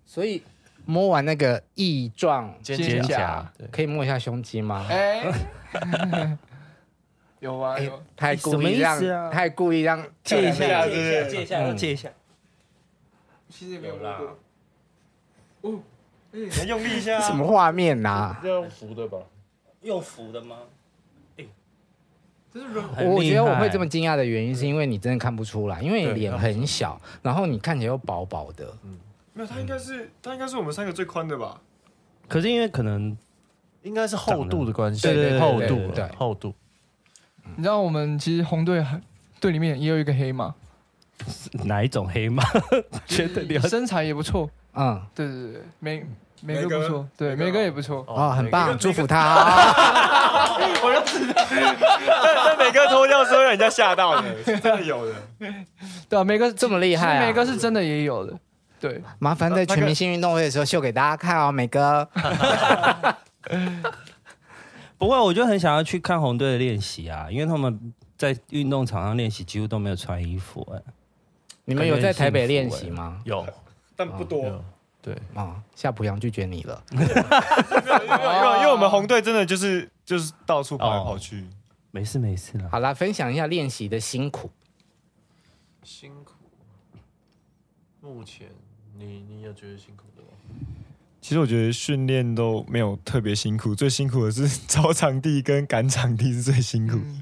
Speaker 2: 所以摸完那个翼状，
Speaker 6: 肩
Speaker 7: 肩
Speaker 6: 胛
Speaker 7: 胛，
Speaker 6: 对，
Speaker 2: 可以摸一下胸肌吗？
Speaker 7: 哎， [LAUGHS] 有
Speaker 1: 哎
Speaker 7: 啊有啊，
Speaker 2: 他还故意
Speaker 3: 什么意思
Speaker 2: 让，
Speaker 3: 啊
Speaker 2: 他还故意让
Speaker 3: 借一下，
Speaker 1: 对对
Speaker 3: 借一
Speaker 2: 嗯
Speaker 3: 下，借一下。
Speaker 7: 其实也没有啦。
Speaker 1: 能用力一下
Speaker 2: [LAUGHS] 什么画面啊呐、
Speaker 6: 这样扶的吧？
Speaker 3: 用浮的吗？
Speaker 2: 我觉得我会这么惊讶的原因，是因为你真的看不出来，因为你
Speaker 6: 对
Speaker 2: 脸很小，然后你看起来又薄薄的。
Speaker 1: 没有，他应该是他应该是我们三个最宽的吧？
Speaker 3: 可是因为可能
Speaker 6: 应该是厚度的关系，
Speaker 2: 对对对
Speaker 6: 厚
Speaker 2: 对
Speaker 6: 度
Speaker 2: 对对
Speaker 6: 了，厚度。
Speaker 7: 你知道我们其实红队还队里面也有一个黑马，
Speaker 3: 哪一种黑马，觉得你要
Speaker 7: 身材也不错，
Speaker 2: 嗯，
Speaker 7: 对对对，梅梅
Speaker 1: 梅
Speaker 7: 哥
Speaker 1: 哥
Speaker 7: 不错，对，
Speaker 1: 梅哥
Speaker 7: 梅哥也不错。
Speaker 2: 哦，很棒，
Speaker 1: 个
Speaker 2: 祝福他 [LAUGHS] 啊。
Speaker 1: [LAUGHS] 但每个脱掉是会让人家吓到的，是真的有的。
Speaker 7: 对啊，梅哥这
Speaker 2: 么厉害啊
Speaker 7: 梅哥是真的也有的，对，
Speaker 2: 麻烦在全明星运动会的时候秀给大家看哦，美哥。
Speaker 3: 不会，我就很想要去看红队的练习啊，因为他们在运动场上练习几乎都没有穿衣服、哎，
Speaker 2: 你们有在台北练习吗？
Speaker 6: 有
Speaker 1: 但不多，
Speaker 6: 有对，
Speaker 2: 哦，夏濮阳拒绝你了。
Speaker 1: 因为因为我们红队真的就是就是到处跑来跑去，
Speaker 3: 没事没事啦。
Speaker 2: 好啦，分享一下练习的辛苦。
Speaker 6: 辛苦。目前你你有觉得辛苦的吗？
Speaker 1: 其实我觉得训练都没有特别辛苦，最辛苦的是找场地跟赶场地是最辛苦。
Speaker 7: 嗯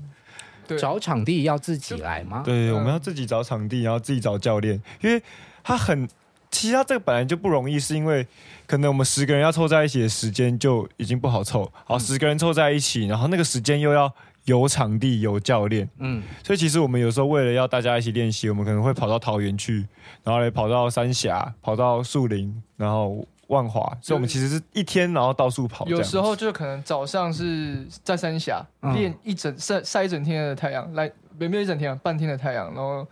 Speaker 7: 对
Speaker 2: 找场地要自己来吗？
Speaker 1: 对，我们要自己找场地，然后自己找教练，因为他很其实它这个本来就不容易，是因为可能我们十个人要凑在一起的时间就已经不好凑，好十个人凑在一起，然后那个时间又要有场地有教练，
Speaker 2: 嗯，
Speaker 1: 所以其实我们有时候为了要大家一起练习，我们可能会跑到桃园去，然后来跑到三峡，跑到树林，然后万华，所以我们其实是一天然后到处跑这样
Speaker 7: 有
Speaker 1: 子。
Speaker 7: 时候就可能早上是在三峡
Speaker 2: 嗯
Speaker 7: 练一整晒晒一整天的太阳，来没没有一整天啊，半天的太阳，然后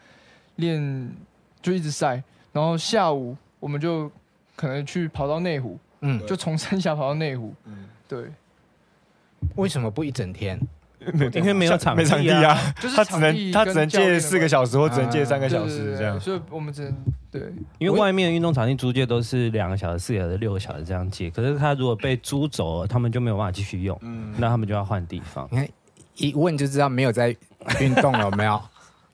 Speaker 7: 练就一直晒，然后下午我们就可能去跑到内湖，
Speaker 2: 嗯，
Speaker 7: 就从三峡跑到内湖，对，
Speaker 2: 为什么不一整天？
Speaker 1: 没
Speaker 3: 因为没有场地啊
Speaker 1: 没场地啊，
Speaker 7: 就是
Speaker 1: 他只
Speaker 7: 场
Speaker 1: 能
Speaker 7: 地
Speaker 1: 他
Speaker 7: 跟
Speaker 1: 只能
Speaker 7: 教练
Speaker 1: 借
Speaker 7: 的
Speaker 1: 四个
Speaker 7: 关
Speaker 1: 小时或只能借
Speaker 2: 啊
Speaker 1: 三个
Speaker 7: 对
Speaker 1: 小
Speaker 7: 对对
Speaker 1: 时
Speaker 7: 对
Speaker 1: 这样。
Speaker 7: 所以我们只能对
Speaker 3: 因为外面的运动场地租借都是两个小时、四个小时、六个小时这样借，可是他如果被租走了，他们就没有办法继续用，那他们就要换地方。
Speaker 2: 一问就知道没有在运动了，有 [LAUGHS] 没有？啊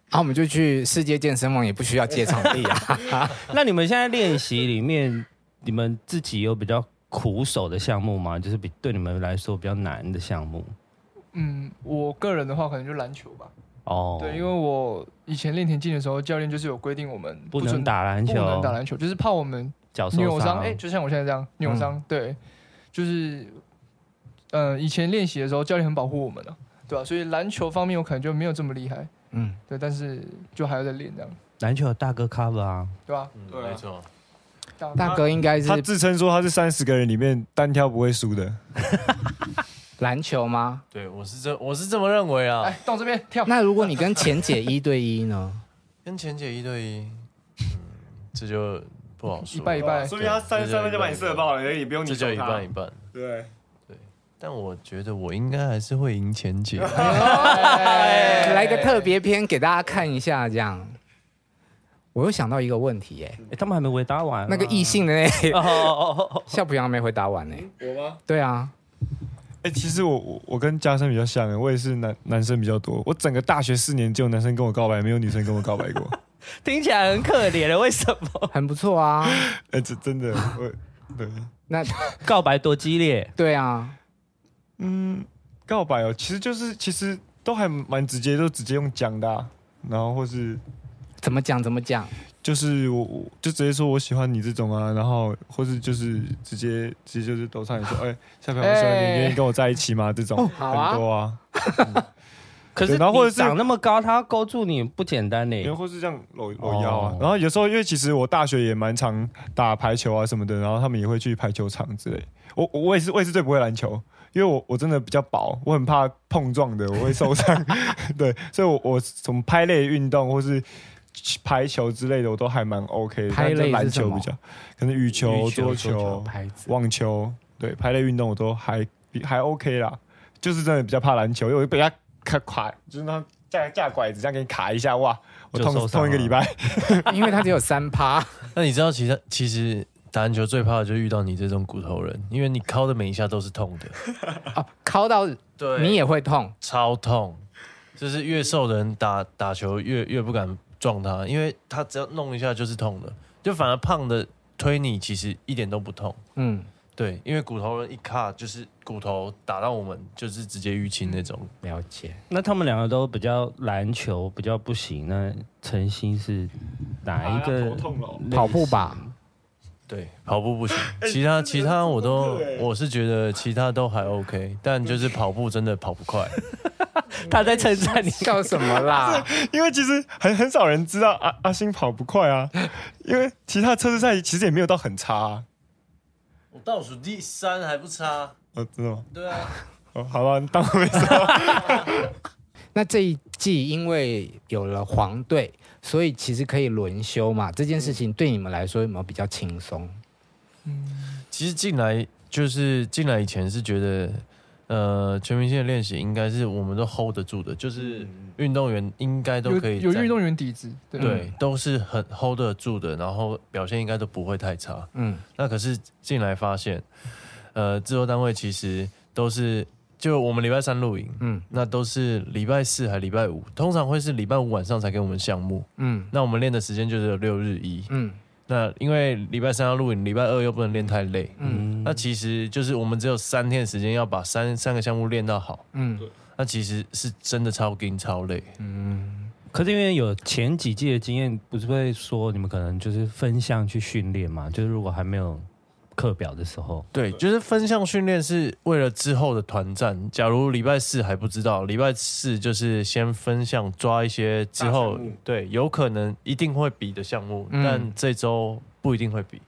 Speaker 2: 然后我们就去世界健身房，也不需要借场地啊。
Speaker 3: 那你们现在练习里面，你们自己有比较苦手的项目吗？就是比对你们来说比较难的项目
Speaker 7: 嗯，我个人的话可能就篮球吧，
Speaker 3: 哦。
Speaker 7: 对，因为我以前练田径的时候，教练就是有规定我们
Speaker 3: 不
Speaker 7: 准
Speaker 3: 能打篮球，
Speaker 7: 不能打篮球，就是怕我们
Speaker 3: 脚受
Speaker 7: 扭
Speaker 3: 伤，
Speaker 7: 伤，哎、就像我现在这样扭伤，对，就是，呃，以前练习的时候教练很保护我们的、对吧、所以篮球方面我可能就没有这么厉害，
Speaker 2: 嗯，
Speaker 7: 对，但是就还要再练这样，
Speaker 3: 篮球有大哥 cover 啊，
Speaker 7: 对吧、
Speaker 6: 嗯
Speaker 1: 对啊
Speaker 6: 没错，
Speaker 2: [LAUGHS] 大哥应该
Speaker 1: 他
Speaker 2: 是
Speaker 1: 自称说他是三十个人里面单挑不会输的，
Speaker 2: 篮球吗？
Speaker 6: 对我是这我是这么认为啊
Speaker 7: 哎、。到这边跳，
Speaker 2: 那如果你跟钱姐一对一 [LAUGHS] 呢？
Speaker 6: 跟钱姐一对一，嗯，这就不好说，
Speaker 7: 一半一半
Speaker 1: 所以他三三分就把你射爆了，也不用你
Speaker 6: 这
Speaker 1: 救
Speaker 6: 就
Speaker 1: 他。
Speaker 6: 一半一半。
Speaker 1: 对，
Speaker 6: 但我觉得我应该还是会赢钱姐。
Speaker 7: 哎
Speaker 2: 来个特别篇给大家看一下，这样。我又想到一个问题、耶，
Speaker 3: 哎他们还没回答完啊。
Speaker 2: 那个异性的那
Speaker 3: 哦哦哦
Speaker 2: [LAUGHS]
Speaker 3: 哦，
Speaker 2: 夏普阳没回答完呢、我吗？对啊，
Speaker 1: 哎、其实我我我跟嘉生比较像，我也是男男生比较多。我整个大学四年只有男生跟我告白，没有女生跟我告白过。
Speaker 3: 听起来很可怜的，为什么？
Speaker 2: 很不错啊。
Speaker 1: 哎、这真的我对
Speaker 2: 那
Speaker 3: [LAUGHS] 告白多激烈，
Speaker 2: 对啊，
Speaker 1: 嗯，告白哦，其实就是其实都还蛮直接，都直接用讲的啊、然后或是
Speaker 2: 怎么讲怎么讲？
Speaker 1: 就是我我就直接说我喜欢你这种啊，然后或是就是直接直接就是都上你说，哎、夏飘我喜欢你，
Speaker 7: 哎
Speaker 1: 你愿意跟我在一起吗？这种、
Speaker 2: 好啊
Speaker 1: 很多啊，
Speaker 3: 可是
Speaker 1: 对然后或者
Speaker 3: 你
Speaker 1: 是
Speaker 3: 长那么高，他要勾住你不简单呢。
Speaker 1: 然后或是这样搂搂腰啊
Speaker 3: 哦。
Speaker 1: 然后有时候因为其实我大学也蛮常打排球啊什么的，然后他们也会去排球场之类。我我我也是我也是最不会篮球，因为我我真的比较薄，我很怕碰撞的，我会受伤。对，所以我我从拍类运动或是。排球之类的我都还蛮 OK 的，
Speaker 2: 拍类是
Speaker 1: 但是篮
Speaker 2: 什
Speaker 1: 球
Speaker 2: 么
Speaker 1: 比较，可能羽球、
Speaker 3: 羽球
Speaker 1: 桌
Speaker 3: 桌
Speaker 1: 球
Speaker 3: 球、
Speaker 2: 牌子
Speaker 1: 网球，对拍类运动我都还还 OK 啦，就是真的比较怕篮球，因为我被他卡垮，就是那架架拐子这样给你卡一下，哇，我
Speaker 3: 就
Speaker 1: 痛
Speaker 3: 受伤
Speaker 1: 痛一个
Speaker 3: 了
Speaker 1: 礼拜。
Speaker 2: 因为他只有三 [LAUGHS] 趴，
Speaker 6: [LAUGHS] 那你知道，其实其实打篮球最怕的就是遇到你这种骨头人，因为你敲的每一下都是痛的，
Speaker 2: 哦，敲到
Speaker 6: 对
Speaker 2: 你也会痛。
Speaker 6: 超痛。就是越瘦的人打打球越越不敢撞他，因为他只要弄一下就是痛的，就反而胖的推你其实一点都不痛。
Speaker 2: 嗯，
Speaker 6: 对，因为骨头人一卡就是骨头打到我们就是直接淤青那种。
Speaker 2: 了解。
Speaker 3: 那他们两个都比较篮球比较不行，那晨曦是哪一个？类
Speaker 2: 跑步吧，，
Speaker 6: 对，跑步不行，其他其他我都
Speaker 1: 真的欸
Speaker 6: 我是觉得其他都还 OK，但就是跑步真的跑不快。
Speaker 3: 他在称赞你
Speaker 2: 笑什么啦？
Speaker 1: 因为其实很很少人知道阿阿星跑不快啊，因为其他测试赛其实也没有到很差、啊。
Speaker 6: [LAUGHS] 我倒数第三还不差，
Speaker 1: 哦，真的吗？
Speaker 6: 对啊，
Speaker 1: 哦，好吧，当我没说。
Speaker 2: [LAUGHS] 那这一季因为有了黄队，所以其实可以轮休嘛。这件事情对你们来说有没有比较轻松？
Speaker 6: 其实进来就是进来以前是觉得，呃，全明星的练习应该是我们都 hold 得住的，就是运动员应该都
Speaker 7: 嗯有
Speaker 6: 可以
Speaker 7: 有
Speaker 6: 在
Speaker 7: 运动员底子，对
Speaker 6: 对，都是很 hold 得住的，然后表现应该都不会太差。
Speaker 2: 嗯，
Speaker 6: 那可是进来发现，呃，制作单位其实都是，就我们礼拜三录影，
Speaker 2: 嗯
Speaker 6: 嗯，那都是礼拜四还礼拜五，通常会是礼拜五晚上才给我们项目。
Speaker 2: 嗯
Speaker 6: 那我们练的时间就是有六日一，
Speaker 2: 嗯
Speaker 6: 那因为礼拜三要录影，礼拜二又不能练太累，
Speaker 2: 嗯
Speaker 6: 那其实就是我们只有三天的时间要把三三个项目练到好，
Speaker 2: 嗯
Speaker 6: 那其实是真的超劲超累。
Speaker 2: 嗯，
Speaker 3: [LAUGHS] 可是因为有前几季的经验，不是会说你们可能就是分项去训练嘛？就是如果还没有课表的时候，
Speaker 6: 对，就是分项训练是为了之后的团战。假如礼拜四还不知道，礼拜四就是先分项抓一些之后
Speaker 1: 大项目，
Speaker 6: 对，有可能一定会比的项目，
Speaker 7: 嗯
Speaker 6: 但这周不一定会比。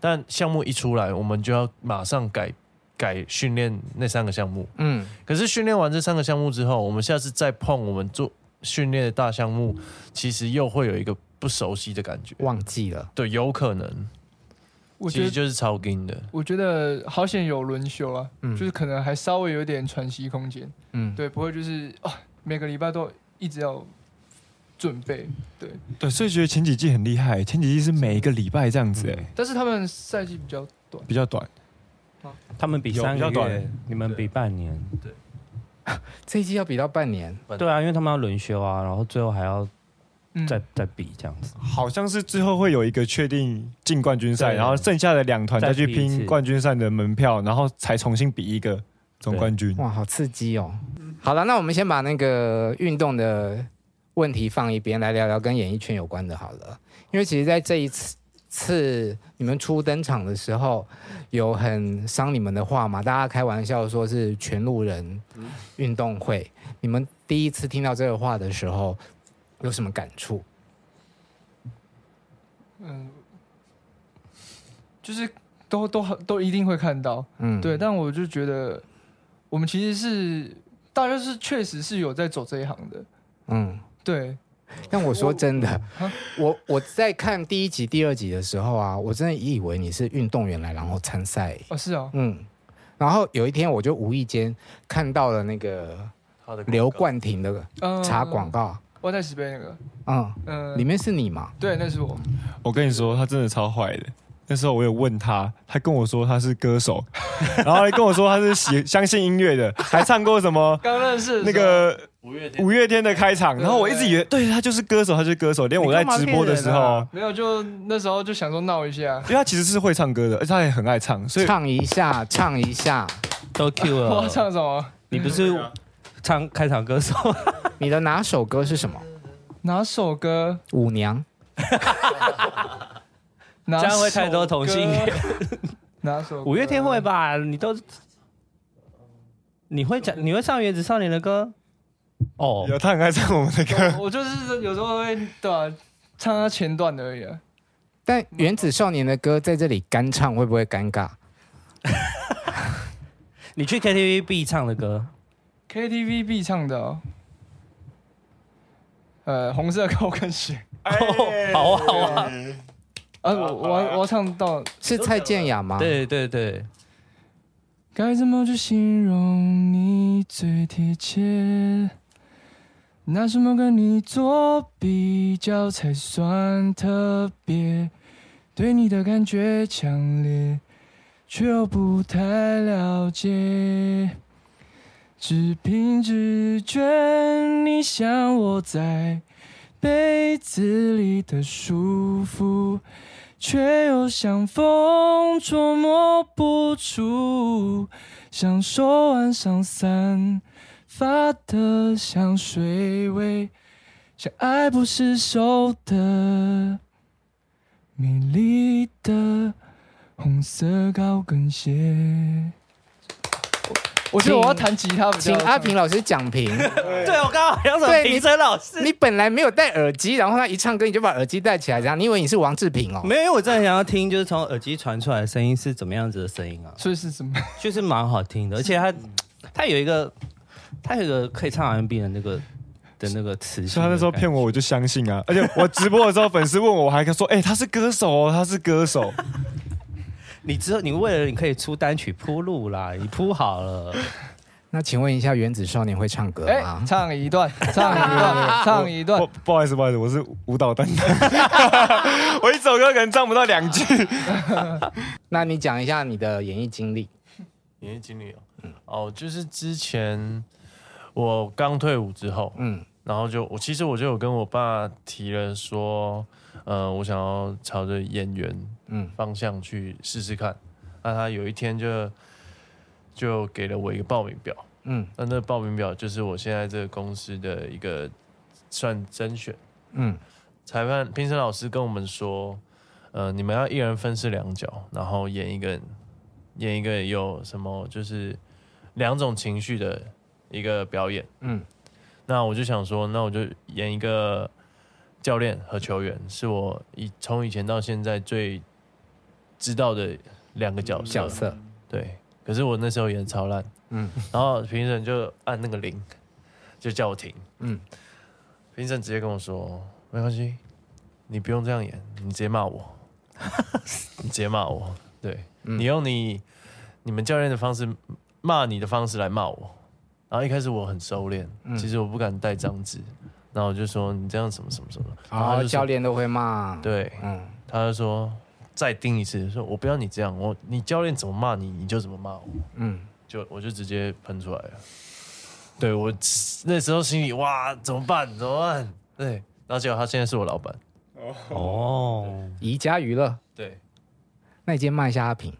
Speaker 6: 但项目一出来，我们就要马上改改训练那三个项目。
Speaker 7: 嗯，
Speaker 6: 可是训练完这三个项目之后，我们下次再碰我们做训练的大项目，其实又会有一个不熟悉的感觉。
Speaker 2: 忘记了，
Speaker 6: 对，有可能，
Speaker 7: 我
Speaker 6: 其
Speaker 7: 觉
Speaker 6: 实
Speaker 7: 得
Speaker 6: 就是超硬的。
Speaker 7: 我觉得好险有轮休啊，
Speaker 2: 嗯
Speaker 7: 就是可能还稍微有点喘息空间，
Speaker 2: 嗯，
Speaker 7: 对，不会就是啊每个礼拜都一直要准备，对，
Speaker 1: 对，所以觉得前几季很厉害，前几季是每一个礼拜这样子，哎，
Speaker 7: 但是他们赛季比较短，
Speaker 1: 比较短。
Speaker 3: 他们比
Speaker 1: 有
Speaker 3: 三
Speaker 1: 比
Speaker 3: 个
Speaker 1: 较
Speaker 3: 月
Speaker 1: 短，
Speaker 3: 你们比半年，
Speaker 2: 这一季要比到半年，
Speaker 3: 对啊，因为他们要轮休啊，然后最后还要
Speaker 7: 嗯，
Speaker 3: 再再比这样子。
Speaker 1: 好像是最后会有一个确定进冠军赛，
Speaker 3: 对
Speaker 1: 然后剩下的两团再去
Speaker 3: 再拼一次
Speaker 1: 拼冠军赛的门票，然后才重新比一个总冠军。
Speaker 2: 哇，好刺激哦！好了，那我们先把那个运动的问题放一边，来聊聊跟演艺圈有关的好了。因为其实，在这一次次你们初登场的时候，有很伤你们的话嘛？大家开玩笑说是全路人
Speaker 7: 嗯
Speaker 2: 运动会。你们第一次听到这个话的时候，有什么感触？
Speaker 7: 嗯，就是都都都一定会看到，
Speaker 2: 嗯，
Speaker 7: 对，，但我就觉得我们其实是大家是确实是有在走这一行的，
Speaker 2: 嗯。
Speaker 7: 对，
Speaker 2: 但我说真的
Speaker 7: 我啊，
Speaker 2: 我我在看第一集、第二集的时候啊，我真的以为你是运动员来然后参赛，
Speaker 7: 哦是啊，
Speaker 2: 嗯，然后有一天我就无意间看到了那个
Speaker 6: 他的广告
Speaker 2: 刘冠廷的
Speaker 7: 嗯，
Speaker 2: 茶广告，
Speaker 7: 我在石碑那个，
Speaker 2: 嗯，
Speaker 7: 嗯，
Speaker 2: 里面是你嘛？
Speaker 7: 对，那是我，
Speaker 1: 我跟你说，他真的超坏的。那时候我有问他，他跟我说他是歌手， [LAUGHS] 然后还跟我说他是喜相信音乐的，还唱过什么
Speaker 7: 刚认识
Speaker 1: 那
Speaker 7: 的时候
Speaker 1: 个
Speaker 6: 五月天
Speaker 1: 五月天的开场。然后我一直以为，对他就是歌手，他就是歌手。连我在直播的时
Speaker 2: 你干嘛
Speaker 1: 候
Speaker 2: 骗人啊，
Speaker 7: 没有，就那时候就想说闹一下
Speaker 1: 因，为他其实是会唱歌的，而且他也很爱唱，所以
Speaker 2: 唱一下，唱一下，
Speaker 3: 都
Speaker 1: [LAUGHS]
Speaker 3: Q
Speaker 2: 呃
Speaker 7: [LAUGHS] 我要
Speaker 3: 了，
Speaker 7: 唱什么？
Speaker 3: 你不是
Speaker 1: 嗯
Speaker 3: 唱开场歌手？
Speaker 2: 你的哪首歌是什么？
Speaker 7: 哪首歌？
Speaker 2: 舞娘，
Speaker 7: 哪
Speaker 3: 这样会
Speaker 7: 首
Speaker 3: 太多同性恋
Speaker 7: 歌。 [LAUGHS] 哪首歌？
Speaker 3: [LAUGHS] 五月天会吧？你都你会讲你会唱《原子少年》的歌哦？
Speaker 1: 有他很爱唱我们的歌。
Speaker 7: [LAUGHS] 我？我就是有时候会对吧、唱他前段而已、啊。
Speaker 2: 但原子少年的歌在这里干唱会不会尴尬？
Speaker 3: 你去 KTV 必唱的歌，
Speaker 7: KTV 必唱的、哦，呃，红色高跟鞋。
Speaker 1: 哎
Speaker 3: 好啊好啊，
Speaker 7: 啊，我我要我要唱到
Speaker 2: 是蔡健雅吗？，
Speaker 3: 对对对，
Speaker 7: 该怎么去形容你最贴切？拿什么跟你做比较才算特别？对你的感觉强烈，却又不太了解。只凭直觉，你像我在被子里的舒服，却又像风捉摸不住。享受晚上散发的香水味，像爱不释手的美丽的红色高跟鞋。我觉得我要弹吉他比较
Speaker 2: 请
Speaker 7: 好唱，
Speaker 2: 阿平老师讲评。
Speaker 3: 对我刚刚好像什么
Speaker 2: 对你
Speaker 3: 评审老师，
Speaker 2: 你本来没有戴耳机，然后他一唱歌你就把耳机戴起来，这样你以为你是王志平哦？
Speaker 3: 没有，因为我真的很想要听，就是从耳机传出来的声音是怎么样子的声音啊？
Speaker 7: 所以是什么？
Speaker 3: 就是蛮好听的，而且它
Speaker 1: 嗯
Speaker 3: 它有一个它有一个可以唱 R&B 的那个的那个词性的感觉，
Speaker 1: 所以他那时候骗我，我就相信啊。而且我直播的时候，粉丝问我，我还说：“哎、他是歌手哦，他是歌手。
Speaker 3: 你之后你为了你可以出单曲铺路啦，你铺好了。
Speaker 2: 那请问一下，原子少年会唱歌
Speaker 7: 哎、
Speaker 2: 吗？
Speaker 7: 唱一段，唱一 [LAUGHS] 段，唱一段
Speaker 1: 不，。不好意思，不好意思，我是舞蹈担当，我一首歌可能唱不到两句。
Speaker 2: 那你讲一下你的演艺经历。
Speaker 6: 演艺经理哦，哦，就是之前我刚退伍之后，
Speaker 2: 嗯
Speaker 6: 然后就我其实我就有跟我爸提了说，呃，我想要朝着演员
Speaker 2: 嗯
Speaker 6: 方向去试试看。那他有一天就就给了我一个报名表，
Speaker 2: 嗯
Speaker 6: 那那个报名表就是我现在这个公司的一个算甄选，
Speaker 2: 嗯，
Speaker 6: 裁判评审老师跟我们说，呃，你们要一人分饰两角，然后演一个演一个有什么就是两种情绪的一个表演。
Speaker 2: 嗯，
Speaker 6: 那我就想说，那我就演一个教练和球员，是我以从以前到现在最知道的两个角色。
Speaker 2: 角色，
Speaker 6: 对，可是我那时候演得超烂，
Speaker 2: 嗯
Speaker 6: 嗯，然后评审就按那个铃，就叫我停，
Speaker 2: 嗯
Speaker 6: 嗯，评审直接跟我说，没关系，你不用这样演，你直接骂
Speaker 2: [LAUGHS]
Speaker 6: 我，你直接骂我，对、
Speaker 2: 嗯
Speaker 6: 你用你你们教练的方式骂你的方式来骂我，然后一开始我很收敛，
Speaker 2: 嗯
Speaker 6: 其实我不敢带脏字，然后我就说你这样什么什么什么，
Speaker 2: 然
Speaker 6: 然后他
Speaker 2: 后
Speaker 6: 就说
Speaker 2: 教，练都会骂，，
Speaker 6: 对，
Speaker 2: 嗯，
Speaker 6: 他就说再盯一次，说我不要你这样，我你教练怎么骂你，你就怎么骂我。
Speaker 2: 嗯，
Speaker 6: 就我就直接喷出来了。对我那时候心里哇，怎么办？怎么办？对，然后结果他现在是我老板。
Speaker 3: 哦，
Speaker 2: 宜家娱乐，
Speaker 6: 对，
Speaker 2: 那你今天骂一下阿平，